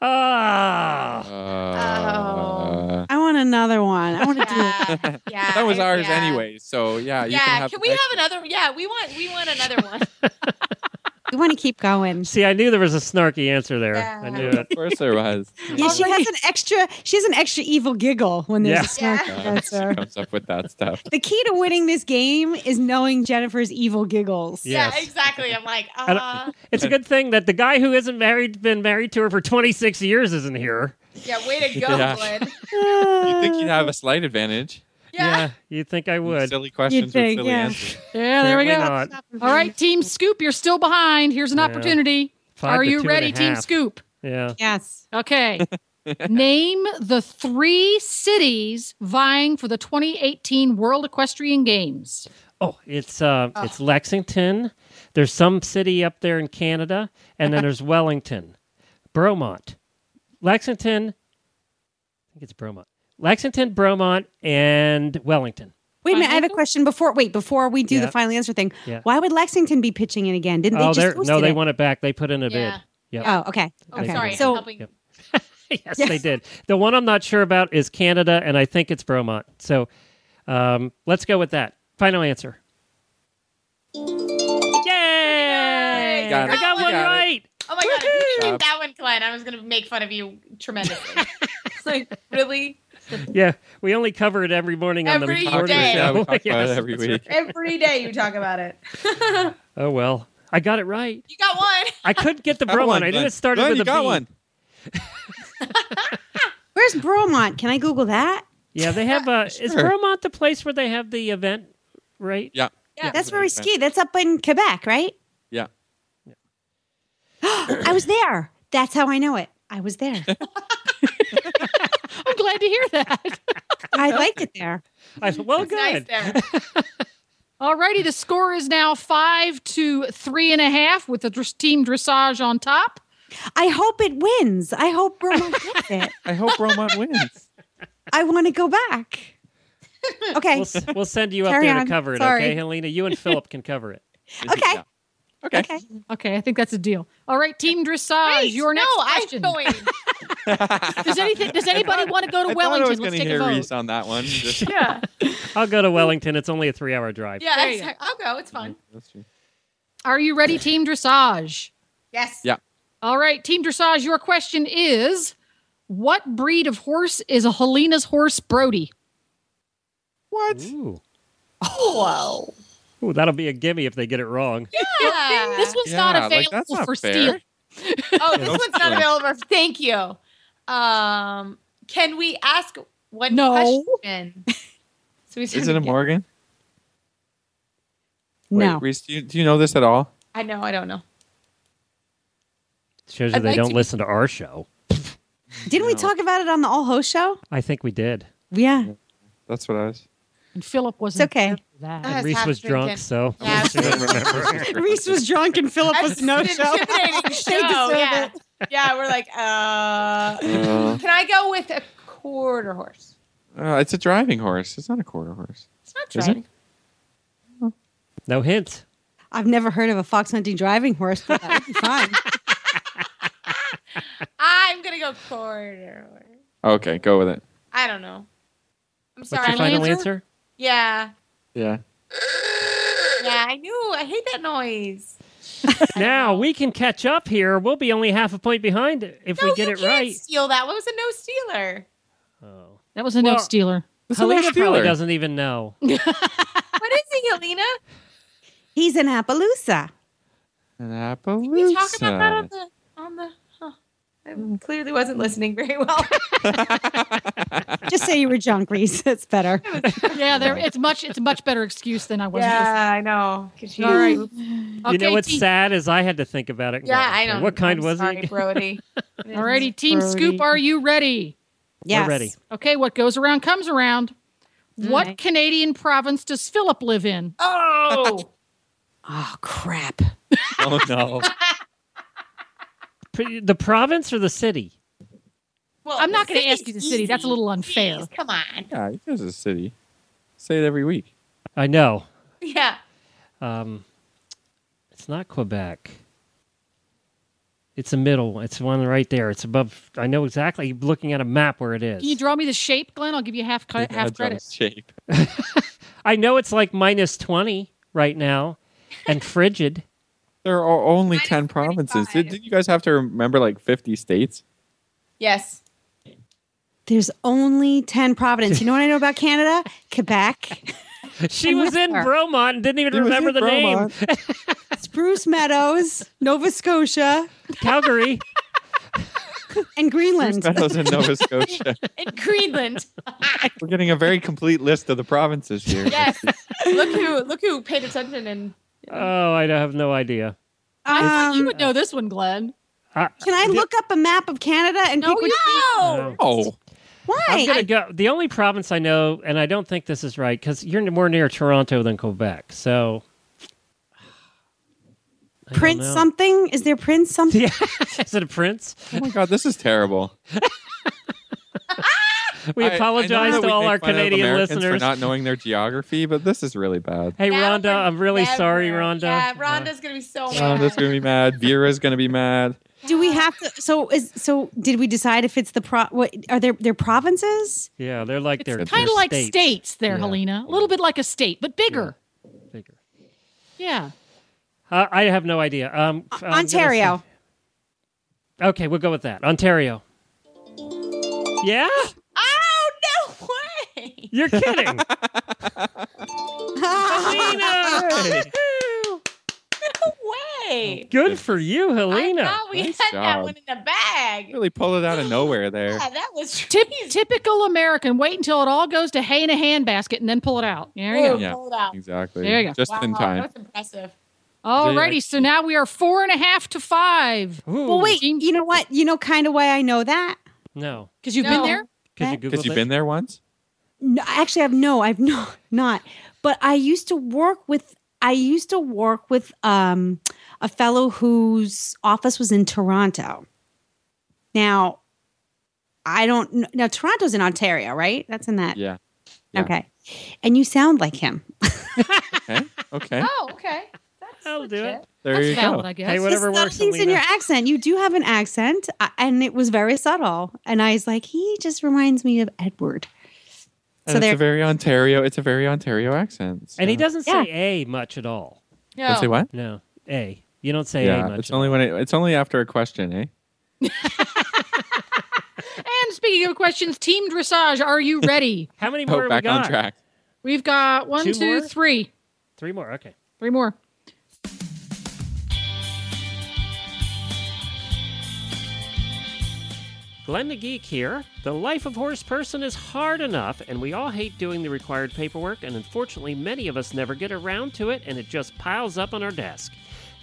[SPEAKER 1] Ah.
[SPEAKER 5] Uh,
[SPEAKER 3] I want another one. I want to do.
[SPEAKER 4] Yeah, yeah.
[SPEAKER 5] That was ours
[SPEAKER 4] yeah.
[SPEAKER 5] anyway. So yeah, you
[SPEAKER 4] yeah,
[SPEAKER 5] can
[SPEAKER 4] can,
[SPEAKER 5] have.
[SPEAKER 4] we
[SPEAKER 5] extra.
[SPEAKER 4] have another? Yeah, we want we want another one.
[SPEAKER 3] We want to keep going.
[SPEAKER 1] See, I knew there was a snarky answer there.
[SPEAKER 4] Yeah.
[SPEAKER 1] I knew it.
[SPEAKER 5] Of course there was.
[SPEAKER 3] Yeah, she has an extra. She has an extra evil giggle when there's
[SPEAKER 1] Yeah.
[SPEAKER 3] a snark
[SPEAKER 4] Yeah.
[SPEAKER 5] Uh,
[SPEAKER 3] answer.
[SPEAKER 5] comes up with that stuff.
[SPEAKER 3] The key to winning this game is knowing Jennifer's evil giggles.
[SPEAKER 1] Yes.
[SPEAKER 4] Yeah, exactly. I'm like,
[SPEAKER 1] don't-
[SPEAKER 4] uh,
[SPEAKER 1] It's a good thing that the guy who isn't married, been married to her for 26 years, isn't here.
[SPEAKER 4] yeah, way to go,
[SPEAKER 5] Yeah.
[SPEAKER 4] Glenn.
[SPEAKER 5] You think you'd have a slight advantage?
[SPEAKER 4] Yeah.
[SPEAKER 1] you'd think I would.
[SPEAKER 5] Silly questions
[SPEAKER 3] think,
[SPEAKER 5] with silly
[SPEAKER 3] yeah.
[SPEAKER 5] answers.
[SPEAKER 6] Yeah, there we go.
[SPEAKER 1] Apparently not.
[SPEAKER 6] All right, Team Scoop, you're still behind. Here's an
[SPEAKER 1] Yeah.
[SPEAKER 6] opportunity.
[SPEAKER 1] Five
[SPEAKER 6] Are
[SPEAKER 1] to
[SPEAKER 6] you
[SPEAKER 1] two and a
[SPEAKER 6] ready, Team
[SPEAKER 1] half.
[SPEAKER 6] Scoop?
[SPEAKER 1] Yeah.
[SPEAKER 3] Yes.
[SPEAKER 6] Okay. Name the three cities vying for the 2018 World Equestrian Games.
[SPEAKER 1] Oh, it's uh,
[SPEAKER 3] Ah.
[SPEAKER 1] it's Lexington. There's some city up there in Canada, and then there's Wellington, Bromont, Lexington. I think it's Bromont, Lexington, Bromont, and Wellington.
[SPEAKER 3] Wait a minute, I have a
[SPEAKER 6] Lexington?
[SPEAKER 3] question before. Wait, before we do
[SPEAKER 1] Yeah.
[SPEAKER 3] the final answer thing,
[SPEAKER 1] Yeah.
[SPEAKER 3] why would Lexington be pitching in again? Didn't they
[SPEAKER 1] oh,
[SPEAKER 3] just
[SPEAKER 1] they're,
[SPEAKER 3] host
[SPEAKER 1] no, they
[SPEAKER 3] it?
[SPEAKER 1] want it back. They put in a
[SPEAKER 4] Yeah.
[SPEAKER 1] bid.
[SPEAKER 3] Oh, okay.
[SPEAKER 4] Oh,
[SPEAKER 1] Okay.
[SPEAKER 4] sorry.
[SPEAKER 3] So-
[SPEAKER 4] I'm helping.
[SPEAKER 1] Yep. bid. yes, they did. The one I'm not sure about is Canada, and I think it's Bromont. So um, let's go with that. Final answer. Yay!
[SPEAKER 5] Got
[SPEAKER 1] I
[SPEAKER 5] it.
[SPEAKER 1] got
[SPEAKER 5] You
[SPEAKER 1] one
[SPEAKER 5] got it.
[SPEAKER 1] right.
[SPEAKER 4] Oh my god! If you
[SPEAKER 5] Woohoo!
[SPEAKER 4] did that one, Glenn, I was gonna make fun of you tremendously. It's like really
[SPEAKER 1] Yeah, we only cover it every morning on
[SPEAKER 4] Every
[SPEAKER 1] the morning
[SPEAKER 4] day.
[SPEAKER 5] Yeah, we
[SPEAKER 1] show.
[SPEAKER 5] talk about
[SPEAKER 1] Yes,
[SPEAKER 5] it every
[SPEAKER 1] that's
[SPEAKER 5] week.
[SPEAKER 1] right.
[SPEAKER 4] every day you talk about it.
[SPEAKER 1] Oh well, I got it right.
[SPEAKER 4] You got one.
[SPEAKER 1] I couldn't get the
[SPEAKER 5] Got
[SPEAKER 1] bro
[SPEAKER 5] one,
[SPEAKER 1] one. I knew
[SPEAKER 5] Glenn.
[SPEAKER 1] it started
[SPEAKER 5] Glenn,
[SPEAKER 1] with
[SPEAKER 5] you
[SPEAKER 1] a
[SPEAKER 5] got
[SPEAKER 1] B.
[SPEAKER 5] one.
[SPEAKER 3] Where's Bromont? Can I Google that?
[SPEAKER 1] Yeah, they have. Uh, Is
[SPEAKER 5] Sure.
[SPEAKER 1] Vermont the place where they have the event? Right.
[SPEAKER 5] Yeah.
[SPEAKER 4] Yeah.
[SPEAKER 3] That's where we
[SPEAKER 5] Right.
[SPEAKER 3] ski. That's up in Quebec, right?
[SPEAKER 5] Yeah.
[SPEAKER 3] I was there. That's how I know it. I was there.
[SPEAKER 6] I'm glad to hear that.
[SPEAKER 3] I liked it there.
[SPEAKER 1] I, well,
[SPEAKER 4] It's nice
[SPEAKER 1] good.
[SPEAKER 4] there.
[SPEAKER 6] Alrighty, the score is now five to three and a half with the dr- team dressage on top.
[SPEAKER 3] I hope it wins. I hope Bromont gets it.
[SPEAKER 5] I hope Bromont wins.
[SPEAKER 3] I want to go back. Okay.
[SPEAKER 1] We'll, s- we'll send you up
[SPEAKER 3] Carry
[SPEAKER 1] there
[SPEAKER 3] on.
[SPEAKER 1] to cover it.
[SPEAKER 3] Sorry.
[SPEAKER 1] Okay, Helena. You and Philip can cover it.
[SPEAKER 5] Is it-
[SPEAKER 3] Okay.
[SPEAKER 5] yeah. Okay.
[SPEAKER 3] okay.
[SPEAKER 6] Okay, I think that's a deal. All right, team dressage,
[SPEAKER 4] Wait,
[SPEAKER 6] your next
[SPEAKER 4] no,
[SPEAKER 6] question.
[SPEAKER 4] I'm going.
[SPEAKER 6] Does anything? Does anybody want to go to
[SPEAKER 5] I thought I
[SPEAKER 6] Wellington?
[SPEAKER 5] was going
[SPEAKER 6] Let's
[SPEAKER 5] to
[SPEAKER 6] take a
[SPEAKER 5] hear
[SPEAKER 6] vote.
[SPEAKER 5] Reese on that one. Just,
[SPEAKER 4] yeah,
[SPEAKER 1] I'll go to Wellington. It's only a three-hour drive.
[SPEAKER 4] yeah.
[SPEAKER 6] There you
[SPEAKER 4] that's- I'll go. It's fun.
[SPEAKER 5] That's true.
[SPEAKER 6] Are you ready, team dressage?
[SPEAKER 4] Yes.
[SPEAKER 5] Yeah.
[SPEAKER 6] All right, team dressage, your question is: What breed of horse is a Helena's horse, Brody?
[SPEAKER 5] What?
[SPEAKER 1] Ooh.
[SPEAKER 4] Whoa.
[SPEAKER 1] Ooh, that'll be a gimme if they get it wrong.
[SPEAKER 4] Yeah.
[SPEAKER 6] This one's not
[SPEAKER 5] Yeah, like,
[SPEAKER 6] available
[SPEAKER 5] that's not
[SPEAKER 6] for
[SPEAKER 5] fair.
[SPEAKER 6] steal.
[SPEAKER 4] Oh, this
[SPEAKER 5] No
[SPEAKER 4] one's not
[SPEAKER 5] stealing.
[SPEAKER 4] available. Thank you. Um, can we ask one
[SPEAKER 6] No.
[SPEAKER 4] question? So we
[SPEAKER 5] Is it a Morgan?
[SPEAKER 3] No.
[SPEAKER 5] Wait, Reese, do you, do you know this at all?
[SPEAKER 4] I know. I don't know.
[SPEAKER 1] Shows you
[SPEAKER 4] I'd
[SPEAKER 1] they
[SPEAKER 4] like
[SPEAKER 1] don't
[SPEAKER 4] to-
[SPEAKER 1] listen to our show.
[SPEAKER 3] Didn't we
[SPEAKER 5] No.
[SPEAKER 3] talk about it on the All Ho show?
[SPEAKER 1] I think we did.
[SPEAKER 3] Yeah.
[SPEAKER 5] That's what I was.
[SPEAKER 6] And Philip
[SPEAKER 3] It's
[SPEAKER 6] wasn't
[SPEAKER 3] okay.
[SPEAKER 6] there for that.
[SPEAKER 4] I was
[SPEAKER 1] Reese
[SPEAKER 4] half
[SPEAKER 1] was drunk,
[SPEAKER 4] drinking.
[SPEAKER 1] so
[SPEAKER 4] Yeah.
[SPEAKER 3] Reese was drunk and Philip was no
[SPEAKER 4] It's an
[SPEAKER 3] show.
[SPEAKER 4] intimidating show,
[SPEAKER 3] deserve
[SPEAKER 4] yeah. Yeah, we're like, uh,
[SPEAKER 5] Uh,
[SPEAKER 4] can I go with a quarter horse?
[SPEAKER 5] uh, it's a driving horse. It's not a quarter horse.
[SPEAKER 4] It's not
[SPEAKER 5] Is it?
[SPEAKER 4] driving.
[SPEAKER 1] no hints.
[SPEAKER 3] I've never heard of a fox hunting driving horse, but that would be fun.
[SPEAKER 4] I'm gonna go quarter horse.
[SPEAKER 5] Okay, go with it.
[SPEAKER 4] I don't know. I'm
[SPEAKER 1] What's
[SPEAKER 4] sorry.
[SPEAKER 1] your final
[SPEAKER 6] Answer?
[SPEAKER 1] answer?
[SPEAKER 4] Yeah,
[SPEAKER 5] Yeah.
[SPEAKER 4] yeah. I knew. I hate that noise.
[SPEAKER 1] Now we can catch up here. We'll be only half a point behind if
[SPEAKER 4] No,
[SPEAKER 1] we get
[SPEAKER 4] you
[SPEAKER 1] it
[SPEAKER 4] can't
[SPEAKER 1] right.
[SPEAKER 4] steal that. What was a no stealer?
[SPEAKER 1] Oh.
[SPEAKER 6] That was a note
[SPEAKER 1] Well-
[SPEAKER 6] stealer.
[SPEAKER 1] Helena
[SPEAKER 5] Steeler.
[SPEAKER 1] probably doesn't even know.
[SPEAKER 4] What is he, Helena?
[SPEAKER 3] He's in Appaloosa.
[SPEAKER 5] Appaloosa.
[SPEAKER 4] We talk about that on the on the. Huh. I clearly wasn't listening very well.
[SPEAKER 3] Just say you were drunk, Reese. That's better.
[SPEAKER 6] yeah, there. It's much. It's a much better excuse than I was.
[SPEAKER 4] I know.
[SPEAKER 6] All right. Okay,
[SPEAKER 1] you know what's
[SPEAKER 6] team,
[SPEAKER 1] sad is I had to think about it. and go,
[SPEAKER 4] Yeah, I
[SPEAKER 1] okay,
[SPEAKER 4] don't.
[SPEAKER 1] What kind
[SPEAKER 4] I'm
[SPEAKER 1] was
[SPEAKER 4] sorry,
[SPEAKER 1] it?
[SPEAKER 4] Brody.
[SPEAKER 6] Alrighty, team scoop. Are you ready?
[SPEAKER 3] Yes.
[SPEAKER 1] We're ready.
[SPEAKER 6] Okay, what goes around comes around. What
[SPEAKER 4] Alright.
[SPEAKER 6] Canadian province does Philip live in?
[SPEAKER 4] Oh,
[SPEAKER 3] Oh, crap.
[SPEAKER 5] Oh, no.
[SPEAKER 1] P- The province or the city?
[SPEAKER 4] well,
[SPEAKER 6] I'm not
[SPEAKER 4] the
[SPEAKER 6] going to
[SPEAKER 4] city's
[SPEAKER 6] ask you the city. That's a
[SPEAKER 4] easy.
[SPEAKER 6] little unfair.
[SPEAKER 4] Jeez, come on.
[SPEAKER 5] yeah, it is a city. Say it every week.
[SPEAKER 1] I know.
[SPEAKER 4] Yeah.
[SPEAKER 1] Um, it's not Quebec. It's a middle. It's one right there. It's above. I know exactly. Looking at a map where it is.
[SPEAKER 6] Can you draw me the shape, Glenn? I'll give you half cre- half
[SPEAKER 5] That's on
[SPEAKER 6] credit.
[SPEAKER 5] Shape.
[SPEAKER 1] I know it's like minus twenty right now, and frigid.
[SPEAKER 5] There are only
[SPEAKER 4] Minus
[SPEAKER 5] 10 provinces. Did,
[SPEAKER 4] 35.
[SPEAKER 5] did you guys have to remember like 50 states?
[SPEAKER 4] Yes.
[SPEAKER 3] There's only 10 Providence. You know what I know about Canada? Quebec,
[SPEAKER 1] She was in
[SPEAKER 3] Where?
[SPEAKER 1] Bromont and didn't even
[SPEAKER 5] It was
[SPEAKER 1] remember
[SPEAKER 5] in
[SPEAKER 1] the name.
[SPEAKER 5] Vermont.
[SPEAKER 3] Spruce Meadows, Nova Scotia,
[SPEAKER 1] Calgary.
[SPEAKER 3] and
[SPEAKER 5] Bruce
[SPEAKER 3] Greenland.
[SPEAKER 5] Meadows in Nova Scotia.
[SPEAKER 4] In Greenland.
[SPEAKER 5] We're getting a very complete list of the provinces here.
[SPEAKER 4] yes. Look who look who paid attention and
[SPEAKER 1] Oh, I have no idea.
[SPEAKER 6] I think you
[SPEAKER 3] Um,
[SPEAKER 6] would know this one, Glenn.
[SPEAKER 1] I,
[SPEAKER 3] can I look up a map of Canada and
[SPEAKER 6] No,
[SPEAKER 3] pick which
[SPEAKER 6] you
[SPEAKER 1] I don't know.
[SPEAKER 5] Oh,
[SPEAKER 3] Why?
[SPEAKER 1] I'm gonna
[SPEAKER 3] I-
[SPEAKER 1] go. The only province I know, and I don't think this is right, because you're more near Toronto than Quebec. So I don't
[SPEAKER 3] Prince
[SPEAKER 1] know.
[SPEAKER 3] something? Is there Prince something?
[SPEAKER 1] Yeah, is it a prince?
[SPEAKER 5] Oh my god, this is terrible.
[SPEAKER 1] We
[SPEAKER 5] I- I know
[SPEAKER 1] apologize
[SPEAKER 5] that
[SPEAKER 1] to
[SPEAKER 5] we
[SPEAKER 1] all
[SPEAKER 5] make
[SPEAKER 1] our
[SPEAKER 5] fun of
[SPEAKER 1] Canadian
[SPEAKER 5] Americans for
[SPEAKER 1] listeners.
[SPEAKER 5] not knowing their geography, but this is really bad.
[SPEAKER 1] hey,
[SPEAKER 4] Now
[SPEAKER 1] Rhonda,
[SPEAKER 4] we're
[SPEAKER 1] I'm really sorry,
[SPEAKER 4] never-
[SPEAKER 1] Rhonda. Uh,
[SPEAKER 4] Yeah, Rhonda's gonna be so mad.
[SPEAKER 5] Rhonda's Uh, gonna be mad. Vera's gonna be mad.
[SPEAKER 3] Do we have to? So is so? Did we decide if it's the pro? What are there? Their provinces?
[SPEAKER 1] Yeah, they're like they're
[SPEAKER 6] it's kind of like states, there,
[SPEAKER 1] Yeah.
[SPEAKER 6] Helena. A little bit like a state, but bigger.
[SPEAKER 1] Bigger.
[SPEAKER 6] Yeah.
[SPEAKER 1] Uh, I have no idea. Um, I'm gonna
[SPEAKER 3] Ontario.
[SPEAKER 1] say- okay, we'll go with that. Ontario. Yeah,
[SPEAKER 4] Oh no way!
[SPEAKER 1] you're kidding. Helena!
[SPEAKER 4] No way!
[SPEAKER 1] Good for you,
[SPEAKER 4] I
[SPEAKER 1] Helena.
[SPEAKER 4] thought we
[SPEAKER 5] Nice
[SPEAKER 4] had
[SPEAKER 5] job.
[SPEAKER 4] that one in the bag.
[SPEAKER 5] Really pull it out of nowhere there.
[SPEAKER 4] Yeah, that was
[SPEAKER 6] Tip,
[SPEAKER 4] tricky.
[SPEAKER 6] typical American. Wait until it all goes to hay in a handbasket and then pull it out. There you go.
[SPEAKER 5] Yeah.
[SPEAKER 4] Hold out.
[SPEAKER 5] Exactly.
[SPEAKER 6] There you go.
[SPEAKER 5] Just
[SPEAKER 4] Wow,
[SPEAKER 5] in time.
[SPEAKER 4] That's impressive.
[SPEAKER 6] Alrighty, so now we are four and a half to five.
[SPEAKER 1] Ooh,
[SPEAKER 3] Well, wait. You know what? You know, kind of why I know that.
[SPEAKER 1] No,
[SPEAKER 6] Because you've
[SPEAKER 4] No.
[SPEAKER 6] been there?
[SPEAKER 1] because you
[SPEAKER 5] Because
[SPEAKER 1] googled
[SPEAKER 5] you've
[SPEAKER 1] it.
[SPEAKER 5] been there once?
[SPEAKER 3] No, actually, I've no, I've no, not. But I used to work with. I used to work with um, a fellow whose office was in Toronto. Now, I don't. kn- Now, Toronto's in Ontario, right? That's in that.
[SPEAKER 5] Yeah. yeah.
[SPEAKER 3] Okay. And you sound like him.
[SPEAKER 5] Okay. Okay.
[SPEAKER 4] Oh, okay. That's
[SPEAKER 1] I'll do
[SPEAKER 4] legit.
[SPEAKER 1] it.
[SPEAKER 5] There
[SPEAKER 6] That's
[SPEAKER 5] you
[SPEAKER 6] valid,
[SPEAKER 5] go.
[SPEAKER 6] I guess.
[SPEAKER 1] Hey, whatever
[SPEAKER 3] There's
[SPEAKER 1] works.
[SPEAKER 3] Something's in your
[SPEAKER 1] Helena.
[SPEAKER 3] accent. You do have an accent, uh, and it was very subtle. And I was like, he just reminds me of Edward.
[SPEAKER 5] And
[SPEAKER 3] So
[SPEAKER 5] it's
[SPEAKER 3] there.
[SPEAKER 5] a very Ontario. It's a very Ontario accent.
[SPEAKER 1] And he
[SPEAKER 5] so-
[SPEAKER 1] doesn't say a much at all.
[SPEAKER 4] No.
[SPEAKER 5] Don't say what?
[SPEAKER 1] No, a. You don't say a
[SPEAKER 5] Yeah.
[SPEAKER 1] much.
[SPEAKER 5] It's
[SPEAKER 1] at all.
[SPEAKER 5] only when it, it's only after a question, eh?
[SPEAKER 6] And speaking of questions, Team Dressage, are you ready?
[SPEAKER 1] How many more
[SPEAKER 5] Oh,
[SPEAKER 1] have
[SPEAKER 5] back
[SPEAKER 1] we got?
[SPEAKER 5] on track.
[SPEAKER 6] We've got one,
[SPEAKER 1] Two
[SPEAKER 6] two, three,
[SPEAKER 1] more? Three more. Okay.
[SPEAKER 6] Three more.
[SPEAKER 1] Glenn the Geek here. The life of horse person is hard enough, and we all hate doing the required paperwork, and unfortunately, many of us never get around to it, and it just piles up on our desk.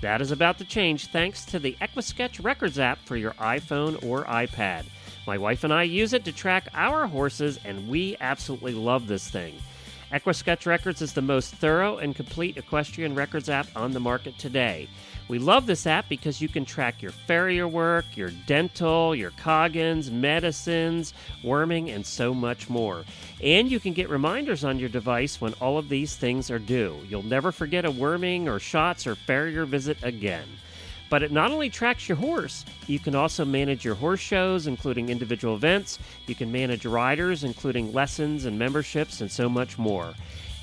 [SPEAKER 1] That is about to change thanks to the Equisketch Records app for your iPhone or iPad. My wife and I use it to track our horses, and we absolutely love this thing. Equisketch Records is the most thorough and complete equestrian records app on the market today. We love this app because you can track your farrier work, your dental, your coggins, medicines, worming, and so much more. And you can get reminders on your device when all of these things are due. You'll never forget a worming or shots or farrier visit again. But it not only tracks your horse, you can also manage your horse shows, including individual events. You can manage riders, including lessons and memberships, and so much more.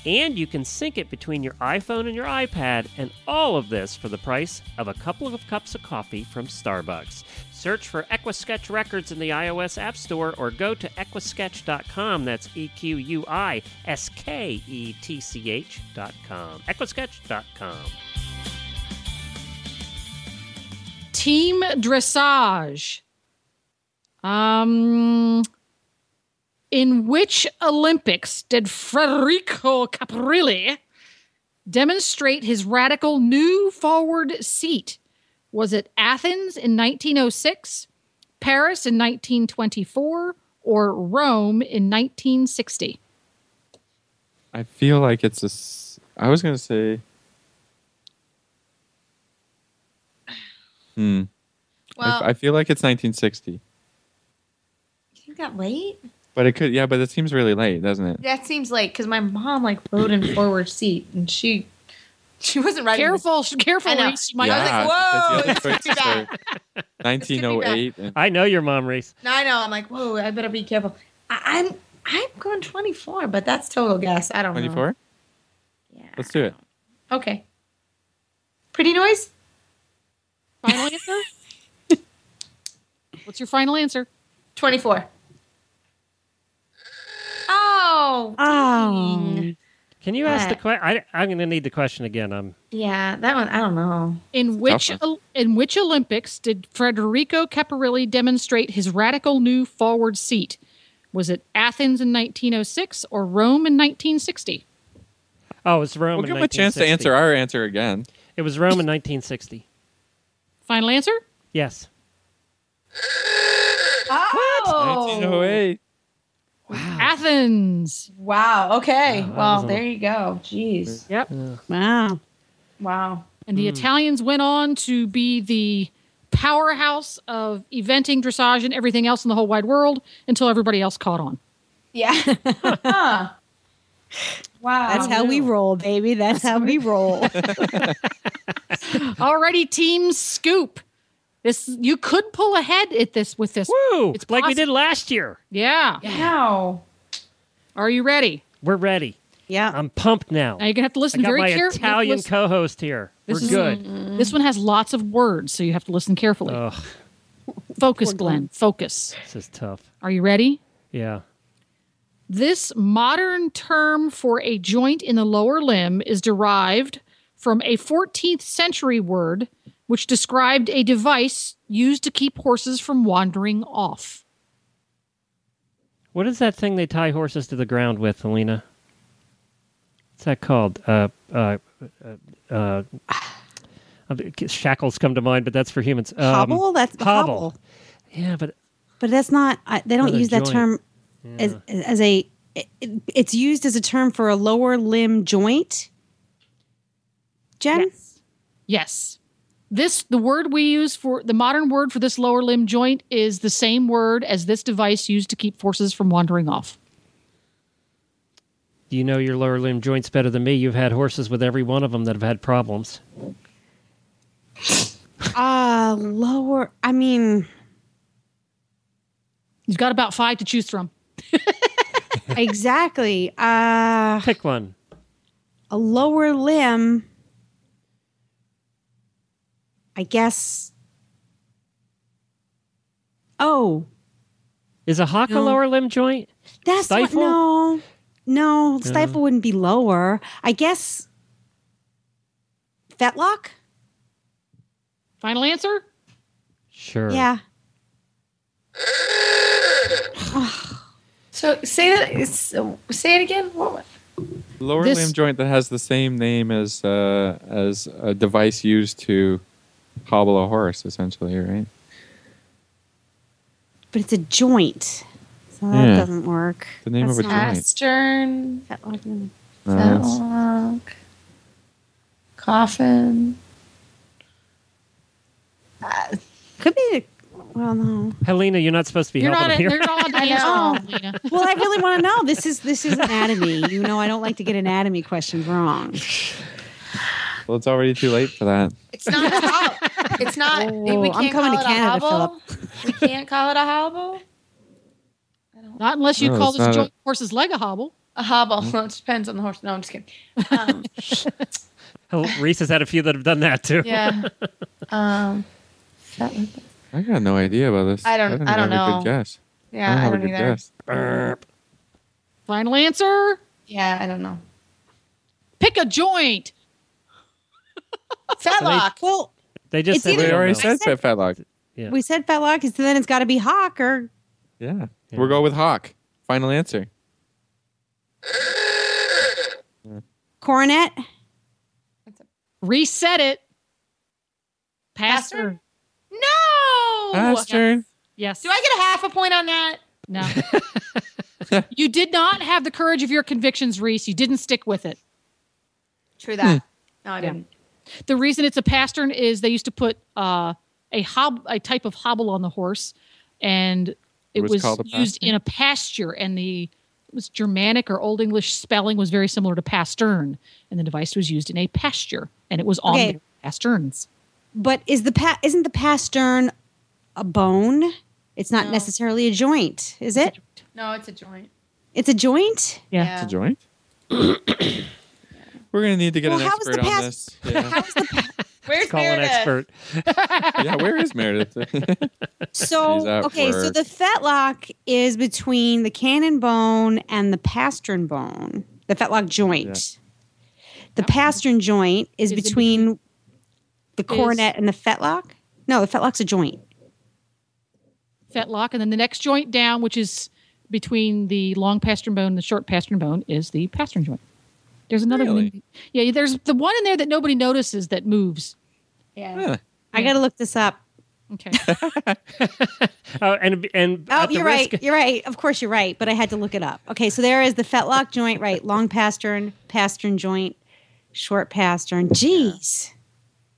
[SPEAKER 1] And you can sync it between your iPhone and your iPad, and all of this for the price of a couple of cups of coffee from Starbucks. Search for Equisketch Records in the iOS App Store or go to equisketch.com. That's E Q U I S K E T C H.com. Equisketch.com.
[SPEAKER 6] Team Dressage. Um, in which Olympics did Federico Caprilli demonstrate his radical new forward seat? Was it Athens in 1906, Paris in 1924, or Rome in 1960?
[SPEAKER 5] I feel like it's a. s- I was gonna say. Hmm.
[SPEAKER 4] Well,
[SPEAKER 5] I, I feel like it's 1960,
[SPEAKER 4] you think that late?
[SPEAKER 5] but it could. Yeah, but it seems really late, doesn't it?
[SPEAKER 4] That seems late because my mom like rode in forward seat and she she wasn't riding. this-
[SPEAKER 6] Careful, careful,
[SPEAKER 4] I know.
[SPEAKER 6] Reese. You might-
[SPEAKER 4] Yeah. I was like,
[SPEAKER 5] that's the
[SPEAKER 4] whoa,
[SPEAKER 5] other choice,
[SPEAKER 4] it's too
[SPEAKER 5] so 1908. and-
[SPEAKER 1] I know your mom, Reese.
[SPEAKER 4] No, I know. I'm like, whoa, I better be careful. I, I'm I'm going 24, but that's total guess. I don't know.
[SPEAKER 5] 24?
[SPEAKER 4] Yeah.
[SPEAKER 5] Let's do it.
[SPEAKER 4] Okay. Pretty noise.
[SPEAKER 6] Final answer? What's your final answer?
[SPEAKER 4] 24. Oh.
[SPEAKER 3] Oh,
[SPEAKER 1] Can you ask the
[SPEAKER 4] Uh,
[SPEAKER 1] question? I'm going to need the question again. I'm
[SPEAKER 4] Yeah, that one. I don't know.
[SPEAKER 6] In which
[SPEAKER 5] tough
[SPEAKER 6] Ol- in which Olympics did Federico Caparilli demonstrate his radical new forward seat? Was it Athens in 1906 or Rome in 1960?
[SPEAKER 1] oh, it's Rome.
[SPEAKER 5] We'll
[SPEAKER 1] in
[SPEAKER 5] give him a chance to
[SPEAKER 1] 1960.
[SPEAKER 5] answer our answer again.
[SPEAKER 1] It was Rome in 1960.
[SPEAKER 6] Final answer?
[SPEAKER 1] Yes.
[SPEAKER 4] Oh.
[SPEAKER 1] Oh!
[SPEAKER 5] 1908.
[SPEAKER 1] Wow.
[SPEAKER 6] Athens.
[SPEAKER 4] Wow. Okay.
[SPEAKER 1] Wow, that was
[SPEAKER 4] well,
[SPEAKER 1] a-
[SPEAKER 4] there you go. Jeez.
[SPEAKER 6] Yep.
[SPEAKER 3] Wow.
[SPEAKER 4] Wow.
[SPEAKER 6] And the Italians went on to be the powerhouse of eventing, dressage, and everything else in the whole wide world until everybody else caught on.
[SPEAKER 4] Yeah. huh. Wow.
[SPEAKER 1] Oh,
[SPEAKER 3] That's how we roll, baby. That's how we roll.
[SPEAKER 6] Already, Team Scoop. This you could pull ahead at this with this.
[SPEAKER 1] Woo! It's
[SPEAKER 6] It's
[SPEAKER 1] like we
[SPEAKER 6] possible.
[SPEAKER 1] did last year.
[SPEAKER 6] Yeah.
[SPEAKER 4] Wow.
[SPEAKER 6] Are you ready?
[SPEAKER 1] We're ready.
[SPEAKER 3] yeah.
[SPEAKER 1] I'm pumped now.
[SPEAKER 6] Now you're gonna have to
[SPEAKER 1] I
[SPEAKER 6] listen
[SPEAKER 1] got
[SPEAKER 6] very
[SPEAKER 1] my
[SPEAKER 6] carefully.
[SPEAKER 1] Italian co-host here.
[SPEAKER 6] This
[SPEAKER 1] We're
[SPEAKER 6] is- Mm-hmm.
[SPEAKER 1] good. Uh,
[SPEAKER 6] This one has lots of words, so you have to listen carefully.
[SPEAKER 1] Ugh,
[SPEAKER 6] Focus, Glenn. Focus.
[SPEAKER 1] this is tough.
[SPEAKER 6] Are you ready?
[SPEAKER 1] Yeah.
[SPEAKER 6] This modern term for a joint in the lower limb is derived from a 14th century word which described a device used to keep horses from wandering off.
[SPEAKER 1] What is that thing they tie horses to the ground with, Helena? What's that called? Uh, uh, uh, uh, shackles come to mind, but that's for humans. Um,
[SPEAKER 3] hobble? That's
[SPEAKER 1] hobble.
[SPEAKER 3] hobble.
[SPEAKER 1] Yeah, but
[SPEAKER 3] But that's not, I, they don't
[SPEAKER 1] Another
[SPEAKER 3] use that
[SPEAKER 1] joint.
[SPEAKER 3] term as, as a, it, it's used as a term for a lower limb joint. Jen?
[SPEAKER 6] Yes. This the word we use for the modern word for this lower limb joint is the same word as this device used to keep horses from wandering off.
[SPEAKER 1] you know your lower limb joints better than me. You've had horses with every one of them that have had problems.
[SPEAKER 3] Uh, lower, I mean,
[SPEAKER 6] You've got about 5 to choose from.
[SPEAKER 3] exactly. Uh,
[SPEAKER 1] Pick one.
[SPEAKER 3] a lower limb, I guess. Oh,
[SPEAKER 1] Is a hock a lower limb joint?
[SPEAKER 3] That's
[SPEAKER 1] Stifle?
[SPEAKER 3] What, no, no, stifle wouldn't be lower. I guess fetlock.
[SPEAKER 6] Final answer?
[SPEAKER 1] Sure.
[SPEAKER 3] Yeah,
[SPEAKER 4] So say that. it's- Say it again. What?
[SPEAKER 5] Lower
[SPEAKER 6] This-
[SPEAKER 5] limb joint that has the same name as uh, as a device used to hobble a horse, essentially, right?
[SPEAKER 3] but it's a joint, so that
[SPEAKER 5] Yeah.
[SPEAKER 3] doesn't work.
[SPEAKER 5] The name
[SPEAKER 3] That's
[SPEAKER 5] of a
[SPEAKER 3] not-
[SPEAKER 5] joint.
[SPEAKER 4] Astern.
[SPEAKER 3] Fetlock.
[SPEAKER 5] No, that's-
[SPEAKER 4] Fetlock, Coffin.
[SPEAKER 3] Could be. A, well, no.
[SPEAKER 1] Helena, you're not supposed to be
[SPEAKER 6] You're
[SPEAKER 1] helping
[SPEAKER 6] not,
[SPEAKER 1] him here.
[SPEAKER 6] they're not on the
[SPEAKER 4] I
[SPEAKER 6] answer, Lena.
[SPEAKER 3] Well, I really want to know. This is this is anatomy. You know, I don't like to get anatomy questions wrong.
[SPEAKER 5] well, it's already too late for that.
[SPEAKER 4] It's not a hob. It's not.
[SPEAKER 3] Oh,
[SPEAKER 4] we
[SPEAKER 3] I'm
[SPEAKER 4] can't
[SPEAKER 3] coming
[SPEAKER 4] call
[SPEAKER 3] to
[SPEAKER 4] it
[SPEAKER 3] Canada,
[SPEAKER 4] a hobble. We can't call it a hobble.
[SPEAKER 6] Not unless you
[SPEAKER 5] No,
[SPEAKER 6] call
[SPEAKER 5] it's
[SPEAKER 6] this
[SPEAKER 5] not a-
[SPEAKER 6] joint horse's leg a hobble.
[SPEAKER 4] A hobble. Well, it depends on the horse. No, I'm just kidding. Um,
[SPEAKER 1] Hel- Reese has had a few that have done that too.
[SPEAKER 4] yeah. Um, that-
[SPEAKER 5] I got no idea about this.
[SPEAKER 4] I don't- I
[SPEAKER 5] have
[SPEAKER 4] don't
[SPEAKER 5] a
[SPEAKER 4] know.
[SPEAKER 5] good guess.
[SPEAKER 4] yeah, I
[SPEAKER 5] have
[SPEAKER 4] don't
[SPEAKER 5] a good
[SPEAKER 4] either.
[SPEAKER 5] guess.
[SPEAKER 1] Burp.
[SPEAKER 6] Final answer.
[SPEAKER 4] Yeah, I don't know.
[SPEAKER 6] Pick a joint.
[SPEAKER 4] Fetlock.
[SPEAKER 3] Well,
[SPEAKER 1] They just
[SPEAKER 3] It's
[SPEAKER 1] said
[SPEAKER 3] either-
[SPEAKER 1] they
[SPEAKER 5] We
[SPEAKER 1] don't
[SPEAKER 5] already
[SPEAKER 1] know.
[SPEAKER 5] said
[SPEAKER 3] said-
[SPEAKER 5] pet fetlock.
[SPEAKER 1] Yeah.
[SPEAKER 3] we said fetlock, so then it's got to be hawk or
[SPEAKER 5] Yeah.
[SPEAKER 1] Yeah.
[SPEAKER 5] We'll go with hawk. Final answer.
[SPEAKER 3] coronet.
[SPEAKER 6] Reset it. Pastor.
[SPEAKER 4] Pastor? No.
[SPEAKER 5] Astern.
[SPEAKER 6] Yes.
[SPEAKER 4] Do I get a half a point on that?
[SPEAKER 6] No. you did not have the courage of your convictions, Reese. You didn't stick with it.
[SPEAKER 4] True
[SPEAKER 1] Hmm.
[SPEAKER 4] that. No, I
[SPEAKER 6] Yeah.
[SPEAKER 4] didn't.
[SPEAKER 6] The reason it's a pastern is they used to put uh, a hob, a type of hobble on the horse, and it
[SPEAKER 5] was
[SPEAKER 6] was,
[SPEAKER 5] called a
[SPEAKER 6] used in a pasture. And the it was Germanic or Old English spelling was very similar to pastern, and the device was used in a pasture, and it was on
[SPEAKER 3] Okay.
[SPEAKER 6] their pasterns.
[SPEAKER 3] But is the pa- isn't the pastern a bone? It's not necessarily a joint, is it?
[SPEAKER 4] No, it's a joint.
[SPEAKER 3] It's a joint.
[SPEAKER 5] It's a joint. We're going to need to get
[SPEAKER 3] Well,
[SPEAKER 5] an
[SPEAKER 3] how was
[SPEAKER 5] expert
[SPEAKER 3] the
[SPEAKER 5] on
[SPEAKER 3] past-
[SPEAKER 5] this. Yeah.
[SPEAKER 4] Where's
[SPEAKER 1] Call an
[SPEAKER 4] Meredith?
[SPEAKER 1] expert.
[SPEAKER 5] yeah, where is Meredith? She's
[SPEAKER 3] So
[SPEAKER 5] at
[SPEAKER 3] okay, so
[SPEAKER 5] work.
[SPEAKER 3] the fetlock is between the cannon bone and the pastern bone, the fetlock joint. The pastern joint is,
[SPEAKER 6] Is in
[SPEAKER 3] between the
[SPEAKER 6] Is-
[SPEAKER 3] coronet and the fetlock. No, the fetlock's a joint.
[SPEAKER 6] fetlock, and then the next joint down, which is between the long pastern bone and the short pastern bone, is the pastern joint. There's another one. in- Yeah, there's the one in there that nobody notices that moves.
[SPEAKER 4] Yeah.
[SPEAKER 5] Huh.
[SPEAKER 3] I got to look this up.
[SPEAKER 6] Okay.
[SPEAKER 1] Oh, and and
[SPEAKER 3] Oh,
[SPEAKER 1] at the
[SPEAKER 3] you're
[SPEAKER 1] risk-
[SPEAKER 3] right. You're right. Of course, you're right. But I had to look it up. Okay, so there is the fetlock joint, right? Long pastern, pastern joint, short pastern. Jeez,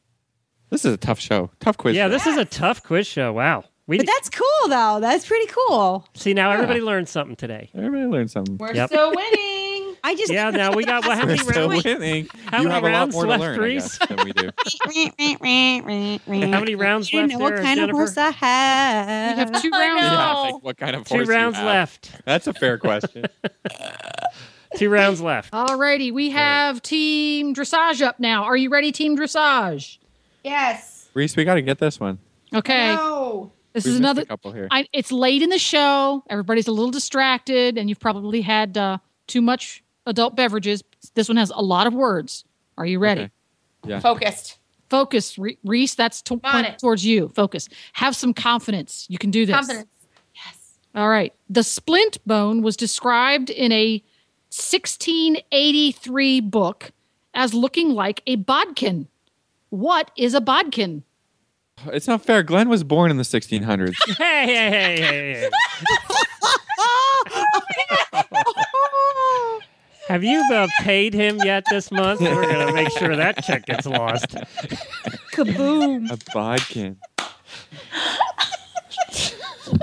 [SPEAKER 5] This is a tough show. Tough quiz.
[SPEAKER 1] Yeah,
[SPEAKER 5] show.
[SPEAKER 1] this is a tough quiz show. Wow. We
[SPEAKER 3] but that's cool though. That's pretty cool.
[SPEAKER 1] see now everybody learned something today.
[SPEAKER 5] Everybody learned something.
[SPEAKER 7] We're
[SPEAKER 1] Yep.
[SPEAKER 7] still winning.
[SPEAKER 3] I just
[SPEAKER 1] Yeah, now we got- well, how many
[SPEAKER 3] Wait,
[SPEAKER 5] So
[SPEAKER 1] rounds?
[SPEAKER 3] wait,
[SPEAKER 5] winning.
[SPEAKER 1] How
[SPEAKER 5] you
[SPEAKER 1] many
[SPEAKER 5] have a lot
[SPEAKER 1] rounds
[SPEAKER 5] more to
[SPEAKER 1] left,
[SPEAKER 5] learn, I guess,
[SPEAKER 1] Reese?
[SPEAKER 5] than we do.
[SPEAKER 3] wait, wait, wait, wait, wait.
[SPEAKER 1] How many rounds
[SPEAKER 3] You
[SPEAKER 1] left
[SPEAKER 3] know
[SPEAKER 1] there,
[SPEAKER 3] what kind
[SPEAKER 1] Jennifer?
[SPEAKER 3] of horse I have.
[SPEAKER 6] We have two
[SPEAKER 7] I
[SPEAKER 6] rounds
[SPEAKER 7] know.
[SPEAKER 6] left.
[SPEAKER 5] Yeah,
[SPEAKER 7] No.
[SPEAKER 5] like, what kind of
[SPEAKER 1] Two
[SPEAKER 5] horse you
[SPEAKER 1] rounds
[SPEAKER 5] have.
[SPEAKER 1] left.
[SPEAKER 5] That's a fair question.
[SPEAKER 1] Two rounds
[SPEAKER 3] Oh,
[SPEAKER 1] left.
[SPEAKER 6] Alrighty, we have Team Dressage up now. Are you ready, Team Dressage?
[SPEAKER 7] Yes.
[SPEAKER 5] Reese, we got to get this one.
[SPEAKER 6] Okay,
[SPEAKER 7] No.
[SPEAKER 6] this
[SPEAKER 5] we
[SPEAKER 6] is
[SPEAKER 5] missed
[SPEAKER 6] another.
[SPEAKER 5] a couple here.
[SPEAKER 6] I, it's late in the show. Everybody's a little distracted, and you've probably had uh, too much adult beverages. This one has a lot of words. Are you ready?
[SPEAKER 5] Okay.
[SPEAKER 7] Focused.
[SPEAKER 6] Focus, Re- Reese. That's to-
[SPEAKER 7] Got
[SPEAKER 6] point
[SPEAKER 7] it.
[SPEAKER 6] towards you. Focus. Have some confidence. You can do this.
[SPEAKER 7] Confidence.
[SPEAKER 6] All right. The splint bone was described in a 1683 book as looking like a bodkin. What is a bodkin?
[SPEAKER 5] It's not fair. Glenn was born in the 1600s.
[SPEAKER 1] Hey, hey, hey, hey, hey. Have you uh, paid him yet this month? We're gonna make sure that check gets lost.
[SPEAKER 3] Kaboom!
[SPEAKER 5] a bodkin.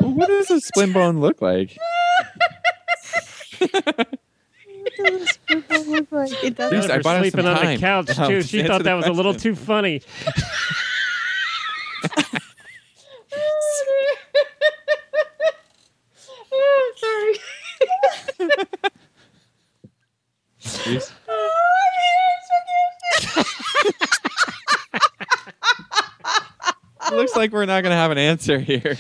[SPEAKER 5] Well, what does a splint bone look like?
[SPEAKER 3] it doesn't.
[SPEAKER 5] Reese, I
[SPEAKER 1] Jennifer
[SPEAKER 5] bought us some
[SPEAKER 1] sleeping on
[SPEAKER 5] time.
[SPEAKER 1] the couch
[SPEAKER 5] Um,
[SPEAKER 1] too. She
[SPEAKER 5] answer
[SPEAKER 1] thought
[SPEAKER 5] the
[SPEAKER 1] that was a little
[SPEAKER 5] question.
[SPEAKER 1] too funny.
[SPEAKER 7] Oh, I'm sorry.
[SPEAKER 5] Reese, it looks like we're not going to have an answer here.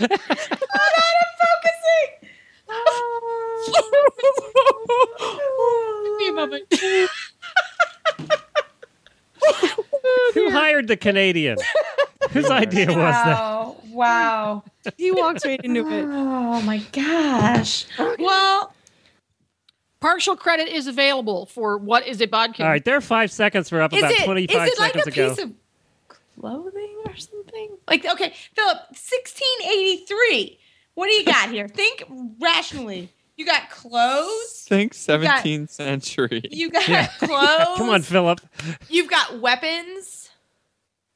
[SPEAKER 6] Give me a moment.
[SPEAKER 1] Who hired the Canadian? Whose idea was that?
[SPEAKER 7] Wow. Wow.
[SPEAKER 3] He walks right into it.
[SPEAKER 7] Oh my gosh. Well,
[SPEAKER 6] Partial credit is available for what is a bodkin.
[SPEAKER 1] All right, their five seconds were up
[SPEAKER 7] is
[SPEAKER 1] about
[SPEAKER 7] it, is
[SPEAKER 1] 25
[SPEAKER 7] it like
[SPEAKER 1] seconds
[SPEAKER 7] a
[SPEAKER 1] ago.
[SPEAKER 7] piece of clothing or something? Like, okay, Philip, 1683. What do you got here? Think rationally. You got clothes.
[SPEAKER 5] Think 17th century.
[SPEAKER 7] You got
[SPEAKER 1] Yeah.
[SPEAKER 7] clothes.
[SPEAKER 1] Come on, Philip.
[SPEAKER 7] You've got weapons.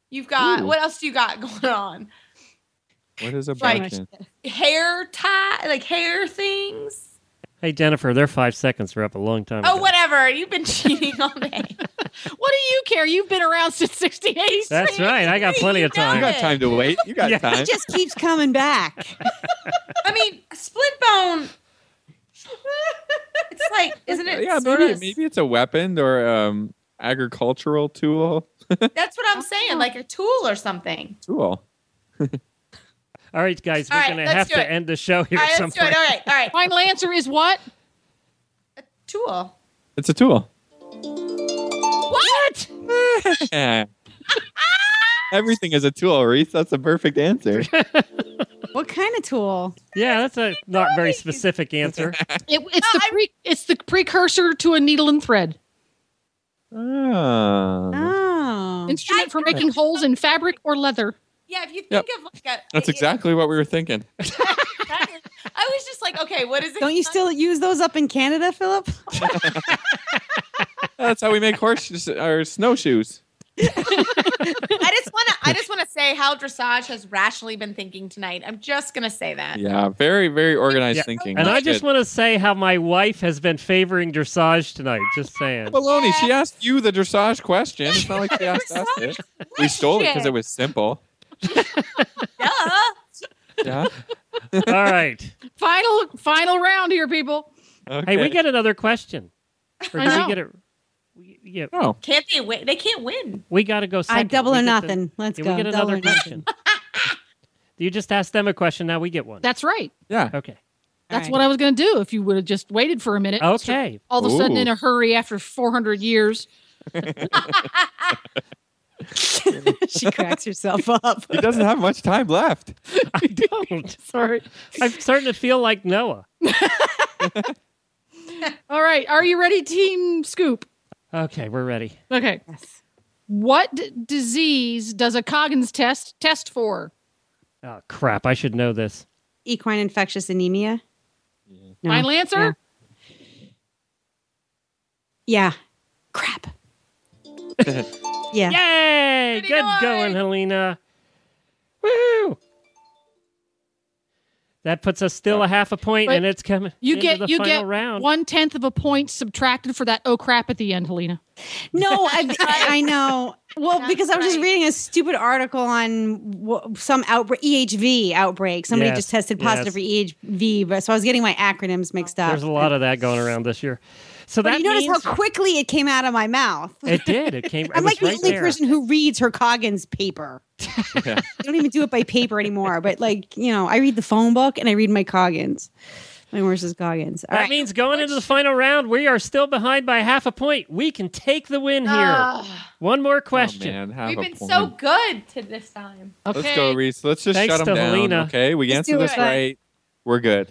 [SPEAKER 7] You've got
[SPEAKER 5] Ooh.
[SPEAKER 7] what else do you got going on?
[SPEAKER 5] What is a
[SPEAKER 7] Right.
[SPEAKER 5] bodkin?
[SPEAKER 7] Hair tie, like hair things.
[SPEAKER 1] Hey, Jennifer, their five seconds were up a long time ago.
[SPEAKER 7] Oh, whatever. You've been cheating all day.
[SPEAKER 6] What do you care? You've been around since 1686.
[SPEAKER 1] That's right. I got plenty of
[SPEAKER 7] You know
[SPEAKER 5] You
[SPEAKER 1] time.
[SPEAKER 5] got time to wait. You got
[SPEAKER 1] Yeah.
[SPEAKER 5] time.
[SPEAKER 3] It just keeps coming back.
[SPEAKER 7] I mean, split bone. It's like, isn't it?
[SPEAKER 5] yeah,
[SPEAKER 7] sort
[SPEAKER 5] maybe,
[SPEAKER 7] of-
[SPEAKER 5] maybe it's a weapon or um, agricultural tool.
[SPEAKER 7] That's what I'm saying, like a tool or something.
[SPEAKER 5] Tool.
[SPEAKER 1] All right, guys, we're
[SPEAKER 7] All right,
[SPEAKER 1] going to
[SPEAKER 7] let's
[SPEAKER 1] have
[SPEAKER 7] do
[SPEAKER 1] to
[SPEAKER 7] it.
[SPEAKER 1] end the show here
[SPEAKER 7] All right, let's do
[SPEAKER 1] sometime.
[SPEAKER 7] it. All right, all right.
[SPEAKER 6] Final answer is what?
[SPEAKER 7] Tool.
[SPEAKER 5] It's a tool.
[SPEAKER 7] What?
[SPEAKER 5] Eh. Everything is a tool, Reese. That's a perfect answer.
[SPEAKER 3] What kind of tool?
[SPEAKER 1] Yeah, that's a not very specific answer.
[SPEAKER 6] It, it's the pre, it's the precursor to a needle and thread
[SPEAKER 5] Oh.
[SPEAKER 3] Oh,
[SPEAKER 6] instrument for making holes in fabric or leather.
[SPEAKER 7] Yeah, if you think
[SPEAKER 5] Yep.
[SPEAKER 7] of like a.
[SPEAKER 5] That's exactly what we were thinking.
[SPEAKER 7] I was just like, okay, what is it?
[SPEAKER 3] don't you still use those up in Canada, Philip?
[SPEAKER 5] That's how we make horse or snowshoes.
[SPEAKER 7] I just want to. I just want to say how dressage has rationally been thinking tonight. I'm just gonna say that.
[SPEAKER 5] Yeah, very, very organized
[SPEAKER 1] Yeah.
[SPEAKER 5] thinking.
[SPEAKER 1] And I
[SPEAKER 5] That's
[SPEAKER 1] just
[SPEAKER 5] good.
[SPEAKER 1] want to say how my wife has been favoring dressage tonight. Just saying.
[SPEAKER 5] Baloney, she asked you the dressage question. It's not like she asked us it. We stole it because it was simple.
[SPEAKER 7] Duh.
[SPEAKER 5] Yeah.
[SPEAKER 1] All right.
[SPEAKER 6] Final final round here, people.
[SPEAKER 5] Okay.
[SPEAKER 1] Hey, we get another question. Or
[SPEAKER 6] I
[SPEAKER 1] do we
[SPEAKER 6] know.
[SPEAKER 1] get it? we- Yeah,
[SPEAKER 5] Oh,
[SPEAKER 7] Can't they win? They can't win.
[SPEAKER 1] we got to go
[SPEAKER 3] I
[SPEAKER 1] second.
[SPEAKER 3] double
[SPEAKER 1] We
[SPEAKER 3] or
[SPEAKER 1] get the-
[SPEAKER 3] nothing. Let's
[SPEAKER 1] Yeah,
[SPEAKER 3] go.
[SPEAKER 1] we get
[SPEAKER 3] double
[SPEAKER 1] another
[SPEAKER 3] or nothing.
[SPEAKER 1] question. you just asked them a question. Now we get one.
[SPEAKER 6] That's right.
[SPEAKER 5] yeah.
[SPEAKER 1] Okay.
[SPEAKER 6] That's what I was going to do if you would have just waited for a minute.
[SPEAKER 1] Okay.
[SPEAKER 6] All of a sudden,
[SPEAKER 5] Ooh.
[SPEAKER 6] in a hurry after 400 years.
[SPEAKER 3] she cracks herself up.
[SPEAKER 5] He doesn't have much time left. Oh,
[SPEAKER 1] I don't.
[SPEAKER 6] Sorry.
[SPEAKER 1] I'm starting to feel like Noah.
[SPEAKER 6] All right. Are you ready, Team Scoop?
[SPEAKER 1] Okay, we're ready.
[SPEAKER 6] Okay.
[SPEAKER 3] Yes.
[SPEAKER 6] What d- disease does a Coggins test test for?
[SPEAKER 1] Oh crap! I should know this.
[SPEAKER 3] Equine infectious anemia. No.
[SPEAKER 6] Final answer?
[SPEAKER 3] Hmm. Yeah. Yeah. Crap. Yeah.
[SPEAKER 1] Yay!
[SPEAKER 6] Pretty
[SPEAKER 1] Good
[SPEAKER 6] nice.
[SPEAKER 1] going, Helena. Woo! That puts us still a half a point,
[SPEAKER 6] But
[SPEAKER 1] and it's coming.
[SPEAKER 6] You
[SPEAKER 1] into
[SPEAKER 6] get
[SPEAKER 1] the
[SPEAKER 6] you
[SPEAKER 1] final
[SPEAKER 6] get
[SPEAKER 1] round.
[SPEAKER 6] one tenth of a point subtracted for that oh crap at the end, Helena.
[SPEAKER 3] No, I, I, I know. Well,
[SPEAKER 4] That's
[SPEAKER 3] because I was just
[SPEAKER 4] right.
[SPEAKER 3] reading a stupid article on wh- some outbreak, EHV outbreak. Somebody
[SPEAKER 1] Yes,
[SPEAKER 3] just tested positive for EHV, but so I was getting my acronyms mixed up.
[SPEAKER 1] There's a lot of that going around this year. So
[SPEAKER 3] But
[SPEAKER 1] that
[SPEAKER 3] you notice
[SPEAKER 1] means
[SPEAKER 3] how quickly it came out of my mouth.
[SPEAKER 1] it did. It came. it
[SPEAKER 3] I'm
[SPEAKER 1] was
[SPEAKER 3] like the
[SPEAKER 1] right
[SPEAKER 3] only
[SPEAKER 1] there.
[SPEAKER 3] person who reads her Coggins paper.
[SPEAKER 5] Yeah.
[SPEAKER 3] I don't even do it by paper anymore, but like, you know, I read the phone book and I read my Coggins, my horse's Coggins. All
[SPEAKER 1] That
[SPEAKER 3] right.
[SPEAKER 1] means going into the final round, we are still behind by half a point. We can take the win here.
[SPEAKER 4] Ah,
[SPEAKER 1] One more
[SPEAKER 5] Oh,
[SPEAKER 1] question.
[SPEAKER 5] man, have
[SPEAKER 4] we've
[SPEAKER 5] a
[SPEAKER 4] been
[SPEAKER 5] point.
[SPEAKER 4] so good to this time.
[SPEAKER 6] Okay.
[SPEAKER 5] Let's go, Reese. Let's just
[SPEAKER 1] Thanks
[SPEAKER 5] shut
[SPEAKER 1] to
[SPEAKER 5] them down.
[SPEAKER 1] Helena.
[SPEAKER 5] Okay, we
[SPEAKER 3] Let's do
[SPEAKER 5] answered this
[SPEAKER 3] it.
[SPEAKER 5] right. We're good.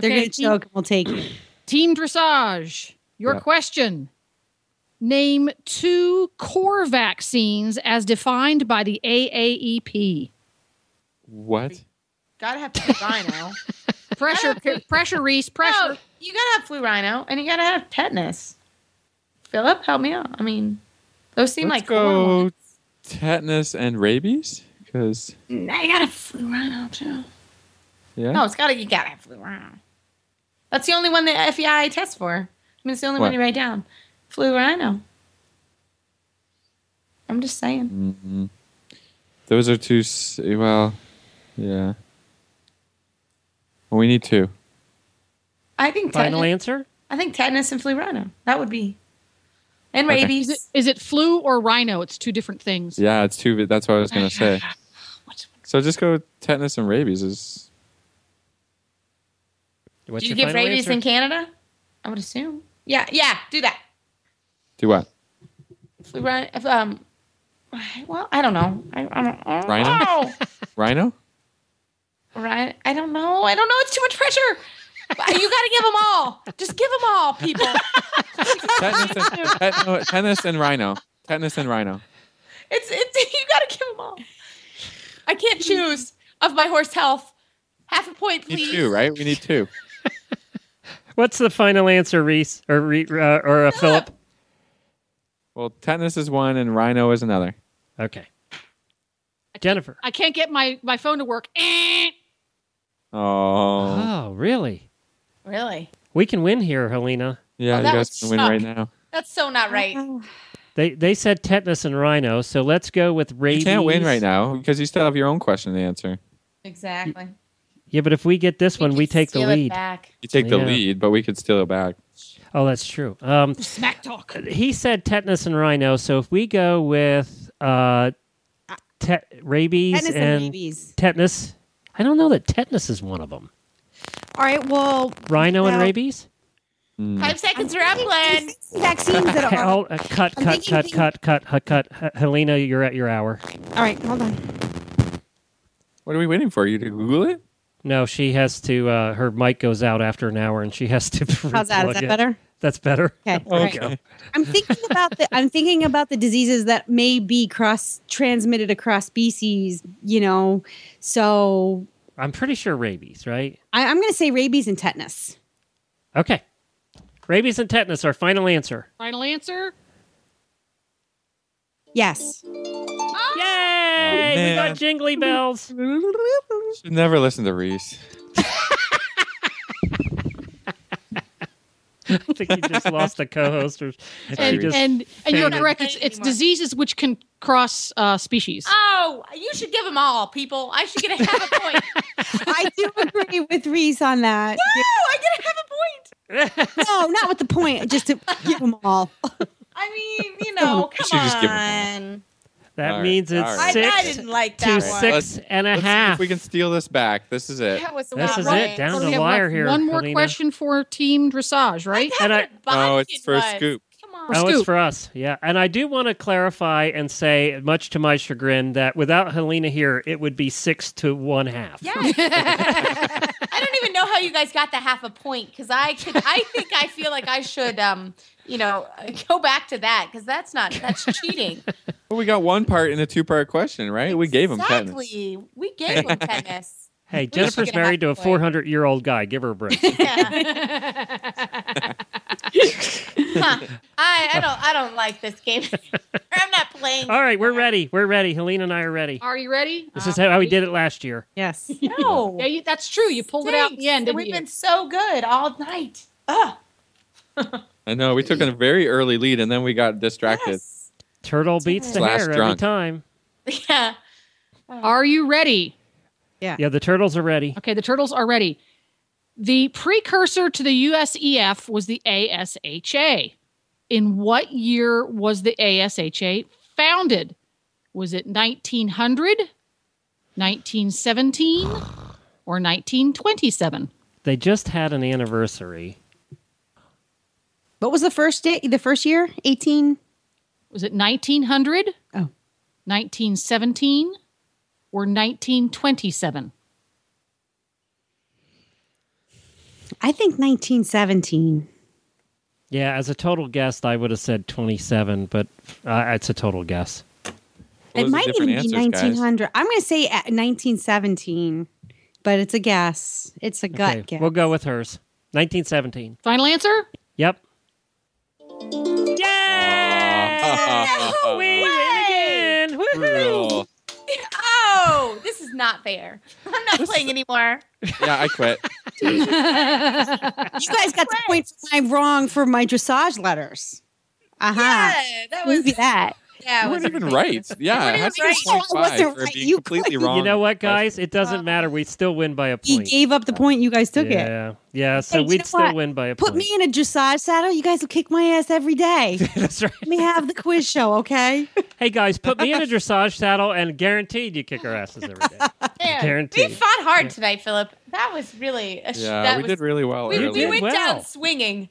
[SPEAKER 3] They're
[SPEAKER 6] Okay,
[SPEAKER 3] going to choke and we'll take it.
[SPEAKER 6] Team Dressage, your
[SPEAKER 5] Yeah.
[SPEAKER 6] question. Name two core vaccines as defined by the E AAEP.
[SPEAKER 5] What?
[SPEAKER 4] Gotta have flu rhino.
[SPEAKER 6] Pressure, pressure, Reese, pressure.
[SPEAKER 4] No, you gotta have flu rhino and you gotta have tetanus. Philip, help me out. I mean, those seem
[SPEAKER 5] Let's
[SPEAKER 4] like
[SPEAKER 5] go
[SPEAKER 4] horrible-
[SPEAKER 5] tetanus and rabies, because
[SPEAKER 4] I gotta have flu rhino too.
[SPEAKER 5] yeah,
[SPEAKER 4] No, it's gotta you gotta have flu rhino. That's the only one that FEI tests for. I mean, it's the only
[SPEAKER 5] What?
[SPEAKER 4] one you write down. Flu rhino. I'm just saying.
[SPEAKER 5] hmm those are two. s- Well, yeah. Well, we need two.
[SPEAKER 4] I think
[SPEAKER 1] Final
[SPEAKER 4] tetanus,
[SPEAKER 1] answer.
[SPEAKER 4] I think tetanus and flu rhino. That would be. And
[SPEAKER 5] Okay.
[SPEAKER 6] Is it,
[SPEAKER 4] rabies.
[SPEAKER 6] is it flu or rhino? It's two different things.
[SPEAKER 5] Yeah, it's two. That's what I was gonna say.
[SPEAKER 4] What-
[SPEAKER 5] So just go tetanus and rabies. Is
[SPEAKER 1] What's
[SPEAKER 4] Do you
[SPEAKER 1] your
[SPEAKER 4] give
[SPEAKER 1] final
[SPEAKER 4] rabies
[SPEAKER 1] answer?
[SPEAKER 4] in Canada? I would assume. Yeah, yeah, do that.
[SPEAKER 5] do what?
[SPEAKER 4] Flu rhino. if, Um, well, I don't know. I, I don't, I don't
[SPEAKER 5] Rhino?
[SPEAKER 4] know.
[SPEAKER 5] Rhino?
[SPEAKER 4] Right? I don't know. I don't know. It's too much pressure. But you got to give them all. Just give them all, people.
[SPEAKER 5] tetanus, and, tetano- tetanus and rhino. Tetanus and rhino.
[SPEAKER 4] It's it's you got to give them all. I can't choose of my horse health. Half a point,
[SPEAKER 5] We need
[SPEAKER 4] please.
[SPEAKER 5] two, right? We need two.
[SPEAKER 1] What's the final answer, Reese or Re- uh, or uh, Philip?
[SPEAKER 5] Well, tetanus is one and rhino is another.
[SPEAKER 3] Ah.
[SPEAKER 1] Okay. Jennifer.
[SPEAKER 6] I can't get my, my phone to work. Eh.
[SPEAKER 5] Oh,
[SPEAKER 1] Oh, really?
[SPEAKER 4] Really?
[SPEAKER 1] We can win here, Helena.
[SPEAKER 5] yeah,
[SPEAKER 4] Oh,
[SPEAKER 5] you
[SPEAKER 4] that
[SPEAKER 5] guys
[SPEAKER 4] would
[SPEAKER 5] can win
[SPEAKER 4] suck.
[SPEAKER 5] right now.
[SPEAKER 4] That's so not right.
[SPEAKER 3] Mm-hmm.
[SPEAKER 1] They they said tetanus and rhino, so let's go with rabies.
[SPEAKER 5] You can't win right now because you still have your own question to answer.
[SPEAKER 4] Exactly.
[SPEAKER 1] Yeah, but if we get this one,
[SPEAKER 4] can
[SPEAKER 1] we take the
[SPEAKER 4] steal it
[SPEAKER 1] lead.
[SPEAKER 4] back.
[SPEAKER 5] You take the
[SPEAKER 1] Yeah.
[SPEAKER 5] lead, but we could steal it back.
[SPEAKER 1] Oh, that's true. Um,
[SPEAKER 6] Smack talk.
[SPEAKER 1] he said tetanus and rhino, so if we go with uh, te- rabies
[SPEAKER 3] Tetanus and
[SPEAKER 1] and
[SPEAKER 3] rabies.
[SPEAKER 1] tetanus, I don't know that tetanus is one of them.
[SPEAKER 3] All right. Well,
[SPEAKER 1] Rhino and
[SPEAKER 3] Well,
[SPEAKER 1] rabies. Hmm.
[SPEAKER 5] Mm.
[SPEAKER 4] Five seconds are up, Glenn.
[SPEAKER 3] vaccines that
[SPEAKER 1] Okay,
[SPEAKER 3] are. All
[SPEAKER 1] I'll, uh, cut,
[SPEAKER 3] I'm
[SPEAKER 1] cut,
[SPEAKER 3] thinking
[SPEAKER 1] cut,
[SPEAKER 3] things-
[SPEAKER 1] cut, cut, cut, cut. H- Helena, you're at your hour.
[SPEAKER 3] right. Hold on.
[SPEAKER 5] What are we waiting for? You to Google it?
[SPEAKER 1] No, she has to. Uh, her mic goes out after an hour, and she has to.
[SPEAKER 3] How's that?
[SPEAKER 1] replug
[SPEAKER 3] Is that
[SPEAKER 1] it.
[SPEAKER 3] better?
[SPEAKER 1] That's better.
[SPEAKER 3] Okay. all right.
[SPEAKER 5] Okay.
[SPEAKER 3] I'm thinking about the I'm thinking about the diseases that may be cross transmitted across species. You know, so
[SPEAKER 1] I'm pretty sure rabies, right?
[SPEAKER 3] I, I'm going to say rabies and tetanus.
[SPEAKER 1] Okay. Rabies and tetanus, our final answer.
[SPEAKER 6] Final answer?
[SPEAKER 3] Yes.
[SPEAKER 1] Yay! we
[SPEAKER 5] Oh, man.
[SPEAKER 1] got jingly bells.
[SPEAKER 5] Should never listen to Reese.
[SPEAKER 1] I think you just lost a co-host. Or
[SPEAKER 5] Sorry,
[SPEAKER 1] you
[SPEAKER 6] And,
[SPEAKER 5] Reese.
[SPEAKER 1] just,
[SPEAKER 6] and, and you're
[SPEAKER 1] Hey.
[SPEAKER 6] correct. It's, it's diseases which can cross uh, species.
[SPEAKER 4] Oh, you should give them all, people. I should get a half a point. Woo!
[SPEAKER 3] I do agree with Reese on that.
[SPEAKER 4] I get a half a point.
[SPEAKER 3] No, not with the point. Just to give them all.
[SPEAKER 4] I mean, you know,
[SPEAKER 5] You
[SPEAKER 4] come
[SPEAKER 5] should just give 'em
[SPEAKER 4] on.
[SPEAKER 1] that
[SPEAKER 5] All right,
[SPEAKER 1] means it's
[SPEAKER 5] all
[SPEAKER 4] I,
[SPEAKER 5] right.
[SPEAKER 4] I
[SPEAKER 1] six
[SPEAKER 4] didn't like
[SPEAKER 1] to
[SPEAKER 4] that one.
[SPEAKER 1] six and a
[SPEAKER 5] Let's see if
[SPEAKER 1] half.
[SPEAKER 5] we can steal this back. This is it.
[SPEAKER 4] That was
[SPEAKER 1] This
[SPEAKER 4] not
[SPEAKER 1] is
[SPEAKER 4] right.
[SPEAKER 1] it. Down
[SPEAKER 6] So
[SPEAKER 1] the
[SPEAKER 6] we have
[SPEAKER 1] wire
[SPEAKER 6] left
[SPEAKER 1] here.
[SPEAKER 6] One more
[SPEAKER 1] Helena.
[SPEAKER 6] question for Team Dressage, right?
[SPEAKER 1] And I-
[SPEAKER 4] That's what
[SPEAKER 5] No, Oh, it's
[SPEAKER 4] Bodkin
[SPEAKER 5] for a
[SPEAKER 4] was.
[SPEAKER 5] scoop.
[SPEAKER 4] Come on.
[SPEAKER 6] or
[SPEAKER 1] oh, it's
[SPEAKER 6] scoop.
[SPEAKER 1] for us. Yeah. And I do want to clarify and say, much to my chagrin, that without Helena here, it would be six to one half.
[SPEAKER 4] Yeah. I don't even know how you guys got the half a point because I could, I think I feel like I should um you know go back to that because that's not that's cheating.
[SPEAKER 5] Well, we got one part in a two part question, right? We gave him ten.
[SPEAKER 4] exactly. We gave him tennis.
[SPEAKER 1] Hey,
[SPEAKER 4] should
[SPEAKER 1] Jennifer's
[SPEAKER 4] get a half
[SPEAKER 1] married to a
[SPEAKER 4] point.
[SPEAKER 1] 400 year old guy. Give her a break.
[SPEAKER 4] Yeah. Huh. I I don't I don't like this game. I'm not playing.
[SPEAKER 1] All right, we're ready. We're ready. Helena and I are ready.
[SPEAKER 6] Are you ready?
[SPEAKER 1] This is how we did it last year.
[SPEAKER 7] Yes.
[SPEAKER 4] No.
[SPEAKER 6] Yeah, you, that's true. You pulled it out in the end.
[SPEAKER 4] And
[SPEAKER 6] Didn't
[SPEAKER 4] we've
[SPEAKER 6] you?
[SPEAKER 4] been so good all night. Ugh.
[SPEAKER 5] I know we took a very early lead and then we got distracted.
[SPEAKER 4] yes.
[SPEAKER 1] Turtle beats the
[SPEAKER 5] Slash
[SPEAKER 1] hare every
[SPEAKER 5] drunk.
[SPEAKER 1] time.
[SPEAKER 4] Yeah.
[SPEAKER 6] Are you ready?
[SPEAKER 1] Yeah, the turtles are ready.
[SPEAKER 6] Okay, the turtles are ready. The precursor to the USEF was the ASHA. In what year was the ASHA founded? Was it 1900, 1917, or 1927?
[SPEAKER 1] They just had an anniversary.
[SPEAKER 7] What was the first day? The first year? 18?
[SPEAKER 6] Was it 1900,
[SPEAKER 7] Oh.
[SPEAKER 6] 1917, or 1927?
[SPEAKER 7] I think 1917.
[SPEAKER 1] Yeah, as a total guess, I would have said 27, but uh, it's a total guess.
[SPEAKER 5] What
[SPEAKER 7] it
[SPEAKER 5] was the
[SPEAKER 7] might even
[SPEAKER 5] different
[SPEAKER 7] be
[SPEAKER 5] answers, guys?
[SPEAKER 7] 1900. I'm going to say at 1917, but it's a guess. It's a gut
[SPEAKER 1] Okay,
[SPEAKER 7] guess.
[SPEAKER 1] we'll go with hers. 1917.
[SPEAKER 6] Final answer?
[SPEAKER 1] Yep. Yay! we win again. Woohoo!
[SPEAKER 5] Brutal.
[SPEAKER 4] Oh, this is not fair. I'm not playing anymore.
[SPEAKER 5] yeah, I quit.
[SPEAKER 7] you guys got the point for my wrong for my dressage letters. Uh huh.
[SPEAKER 4] Yeah, that was
[SPEAKER 7] Maybe that.
[SPEAKER 4] yeah.
[SPEAKER 5] You
[SPEAKER 4] it was
[SPEAKER 5] weren't even
[SPEAKER 4] ridiculous.
[SPEAKER 5] right. Yeah,
[SPEAKER 4] You
[SPEAKER 5] how
[SPEAKER 4] weren't
[SPEAKER 5] do you
[SPEAKER 4] even
[SPEAKER 5] score
[SPEAKER 7] right. I wasn't
[SPEAKER 5] five for
[SPEAKER 7] right.
[SPEAKER 5] being
[SPEAKER 7] You
[SPEAKER 5] completely
[SPEAKER 7] quit.
[SPEAKER 5] wrong?
[SPEAKER 1] You know what,
[SPEAKER 5] That's-
[SPEAKER 1] guys? It doesn't matter. We still win by a
[SPEAKER 7] He
[SPEAKER 1] point.
[SPEAKER 7] gave up the point. You guys took it.
[SPEAKER 1] yeah, yeah. So
[SPEAKER 7] Hey, you
[SPEAKER 1] we'd
[SPEAKER 7] know
[SPEAKER 1] still
[SPEAKER 7] what?
[SPEAKER 1] win by a
[SPEAKER 7] Put
[SPEAKER 1] point.
[SPEAKER 7] me in a dressage saddle. You guys will kick my ass every day.
[SPEAKER 1] That's right.
[SPEAKER 7] Let me have the quiz show, okay?
[SPEAKER 1] Hey guys, put me in a dressage saddle, and guaranteed you kick our asses every day.
[SPEAKER 4] Yeah.
[SPEAKER 1] Guaranteed.
[SPEAKER 4] We fought hard tonight, Philip. That was really a sh-
[SPEAKER 5] Yeah,
[SPEAKER 4] that
[SPEAKER 5] we
[SPEAKER 4] was,
[SPEAKER 5] did really well.
[SPEAKER 4] We,
[SPEAKER 5] early.
[SPEAKER 4] we
[SPEAKER 1] did
[SPEAKER 4] went
[SPEAKER 1] well.
[SPEAKER 4] down swinging.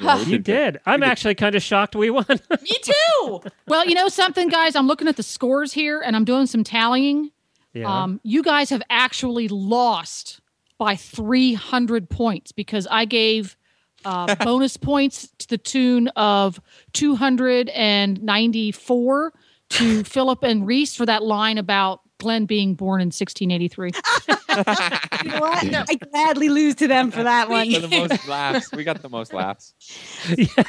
[SPEAKER 5] Yeah, we
[SPEAKER 1] You did. I'm
[SPEAKER 5] did.
[SPEAKER 1] actually kind of shocked we won.
[SPEAKER 4] Me too.
[SPEAKER 6] Well, you know something, guys? I'm looking at the scores here and I'm doing some tallying.
[SPEAKER 1] yeah.
[SPEAKER 6] Um, you guys have actually lost by 300 points because I gave uh, bonus points to the tune of 294 to Philip and Reese for that line about Glenn being born in 1683.
[SPEAKER 7] You know what? I gladly lose to them for that one.
[SPEAKER 5] For the most laughs. We got the most laughs.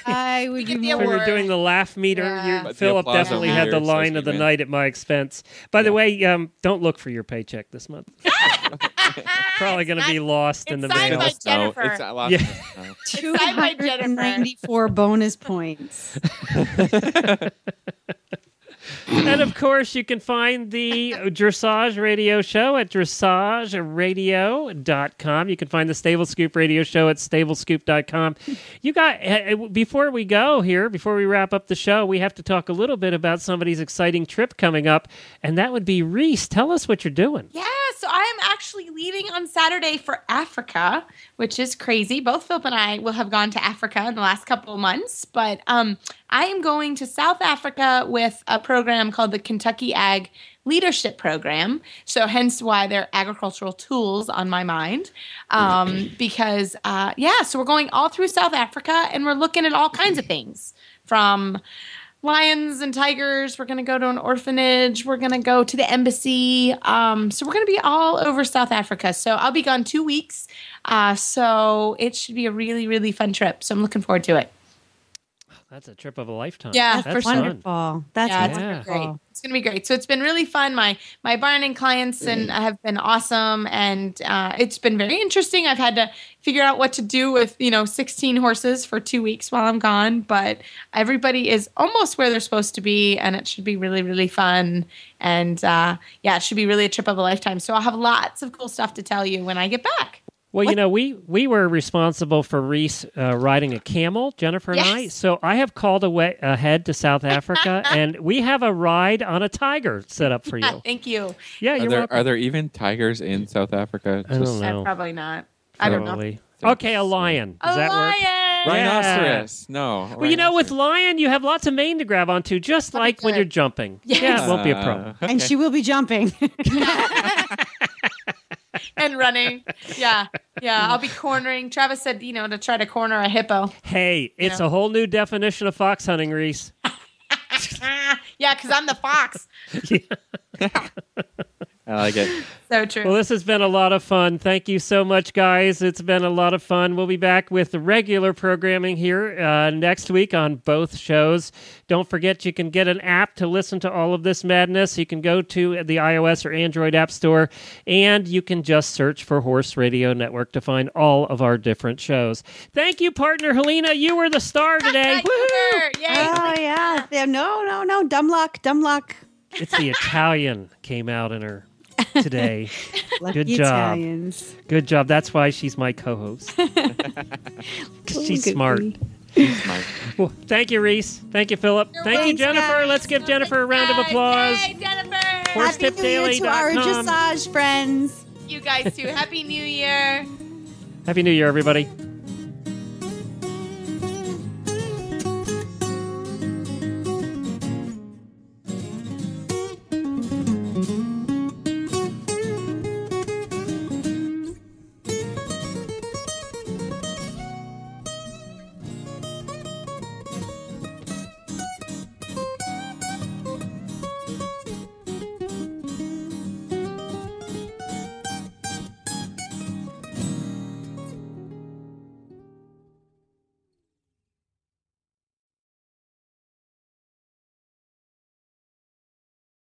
[SPEAKER 7] I would
[SPEAKER 4] get
[SPEAKER 7] be
[SPEAKER 4] the
[SPEAKER 1] we
[SPEAKER 7] more.
[SPEAKER 1] were
[SPEAKER 4] award.
[SPEAKER 1] doing the laugh meter.
[SPEAKER 4] Yeah.
[SPEAKER 1] you-
[SPEAKER 5] But the
[SPEAKER 1] Philip
[SPEAKER 5] applause
[SPEAKER 1] definitely
[SPEAKER 4] over
[SPEAKER 1] had
[SPEAKER 5] here
[SPEAKER 1] the
[SPEAKER 5] says
[SPEAKER 1] line
[SPEAKER 5] you
[SPEAKER 1] of the
[SPEAKER 5] win.
[SPEAKER 1] night at my expense. By the
[SPEAKER 5] Yeah.
[SPEAKER 1] way, um, don't look for your paycheck this month. Probably going
[SPEAKER 4] It's
[SPEAKER 1] to
[SPEAKER 4] not-
[SPEAKER 1] be lost in
[SPEAKER 4] it's
[SPEAKER 1] the
[SPEAKER 4] signed
[SPEAKER 1] mail.
[SPEAKER 4] by
[SPEAKER 5] Phyllis, no.
[SPEAKER 4] Jennifer.
[SPEAKER 5] It's, I lost
[SPEAKER 1] Yeah.
[SPEAKER 5] it. No.
[SPEAKER 4] It's signed by Jennifer.
[SPEAKER 7] 294 bonus points.
[SPEAKER 1] and of course, you can find the Dressage Radio Show at dressageradio.com. You can find the Stable Scoop Radio Show at stablescoop.com. You got, eh, eh, before we go here, before we wrap up the show, we have to talk a little bit about somebody's exciting trip coming up, and that would be Reese. Tell us what you're doing.
[SPEAKER 4] Yeah, so I am actually leaving on Saturday for Africa, which is crazy. Both Philip and I will have gone to Africa in the last couple of months, but um, I am going to South Africa with a program called the Kentucky Ag Leadership Program. So, hence why there are agricultural tools on my mind. Um, because, uh, yeah, so we're going all through South Africa and we're looking at all kinds of things from lions and tigers. We're going to go to an orphanage. We're going to go to the embassy. Um, so we're going to be all over South Africa. So I'll be gone two weeks. Uh, so it should be a really, really fun trip. So I'm looking forward to it.
[SPEAKER 1] That's a trip of a lifetime.
[SPEAKER 4] Yeah,
[SPEAKER 1] that's
[SPEAKER 4] for sure.
[SPEAKER 1] fun.
[SPEAKER 7] Wonderful. That's
[SPEAKER 1] Yeah.
[SPEAKER 4] yeah, it's gonna be
[SPEAKER 7] wonderful.
[SPEAKER 4] great. It's gonna be great. So it's been really fun. My my barn and clients and have been awesome, and uh, it's been very interesting. I've had to figure out what to do with you know 16 horses for two weeks while I'm gone, but everybody is almost where they're supposed to be, and it should be really really fun. And uh, yeah, it should be really a trip of a lifetime. So I'll have lots of cool stuff to tell you when I get back.
[SPEAKER 1] Well, you know, we we were responsible for Reese uh, riding a camel, Jennifer and I.
[SPEAKER 4] Yes.
[SPEAKER 1] So I have called away ahead to South Africa, and we have a ride on a tiger set up for you.
[SPEAKER 4] Thank you.
[SPEAKER 1] Yeah,
[SPEAKER 5] Are
[SPEAKER 1] you're
[SPEAKER 5] there,
[SPEAKER 1] welcome.
[SPEAKER 5] are there even tigers in South Africa?
[SPEAKER 1] I don't
[SPEAKER 5] Just-
[SPEAKER 1] know.
[SPEAKER 4] Uh, probably not. I don't know.
[SPEAKER 1] Probably. Okay, a lion. Does
[SPEAKER 4] a
[SPEAKER 1] that
[SPEAKER 4] lion.
[SPEAKER 1] work?
[SPEAKER 5] Rhinoceros. No.
[SPEAKER 1] Well, you know, with lion, you have lots of mane to grab onto, just like when
[SPEAKER 4] good.
[SPEAKER 1] you're jumping.
[SPEAKER 4] Yes.
[SPEAKER 1] Yeah, it won't be a
[SPEAKER 5] Uh,
[SPEAKER 1] problem.
[SPEAKER 7] And she will be jumping.
[SPEAKER 4] and running. Yeah, yeah. I'll be cornering. Travis said, you know, to try to corner a hippo.
[SPEAKER 1] Hey, it's
[SPEAKER 4] Yeah.
[SPEAKER 1] a whole new definition of fox hunting, Reese.
[SPEAKER 4] Ah, yeah, because I'm the fox.
[SPEAKER 5] I like it.
[SPEAKER 4] So true.
[SPEAKER 1] Well, this has been a lot of fun. Thank you so much, guys. It's been a lot of fun. We'll be back with the regular programming here uh, next week on both shows. Don't forget, you can get an app to listen to all of this madness. You can go to the iOS or Android App Store, and you can just search for Horse Radio Network to find all of our different shows. Thank you, partner Helena. You were the star today. Woohoo!
[SPEAKER 4] Corner. Yay.
[SPEAKER 7] oh yeah. Yeah, No, no, no. Dumb luck. Dumb luck.
[SPEAKER 1] It's the Italian came out in her today.
[SPEAKER 7] Lucky
[SPEAKER 1] Good job.
[SPEAKER 7] Italians.
[SPEAKER 1] Good job. That's why she's my co-host. 'Cause she's
[SPEAKER 7] Look at
[SPEAKER 1] smart.
[SPEAKER 7] me.
[SPEAKER 5] Mike.
[SPEAKER 1] Well, thank you, Reese. Thank you, Philip. Thank you,
[SPEAKER 7] welcome,
[SPEAKER 1] Jennifer.
[SPEAKER 7] guys.
[SPEAKER 1] Let's give Jennifer a round of
[SPEAKER 4] Guys,
[SPEAKER 1] applause.
[SPEAKER 4] Yay, Jennifer.
[SPEAKER 1] Horse-
[SPEAKER 7] Happy New Year to our
[SPEAKER 1] HorseTipDaily.com.
[SPEAKER 7] dressage friends.
[SPEAKER 4] You guys too. Happy New Year.
[SPEAKER 1] Happy New Year, everybody.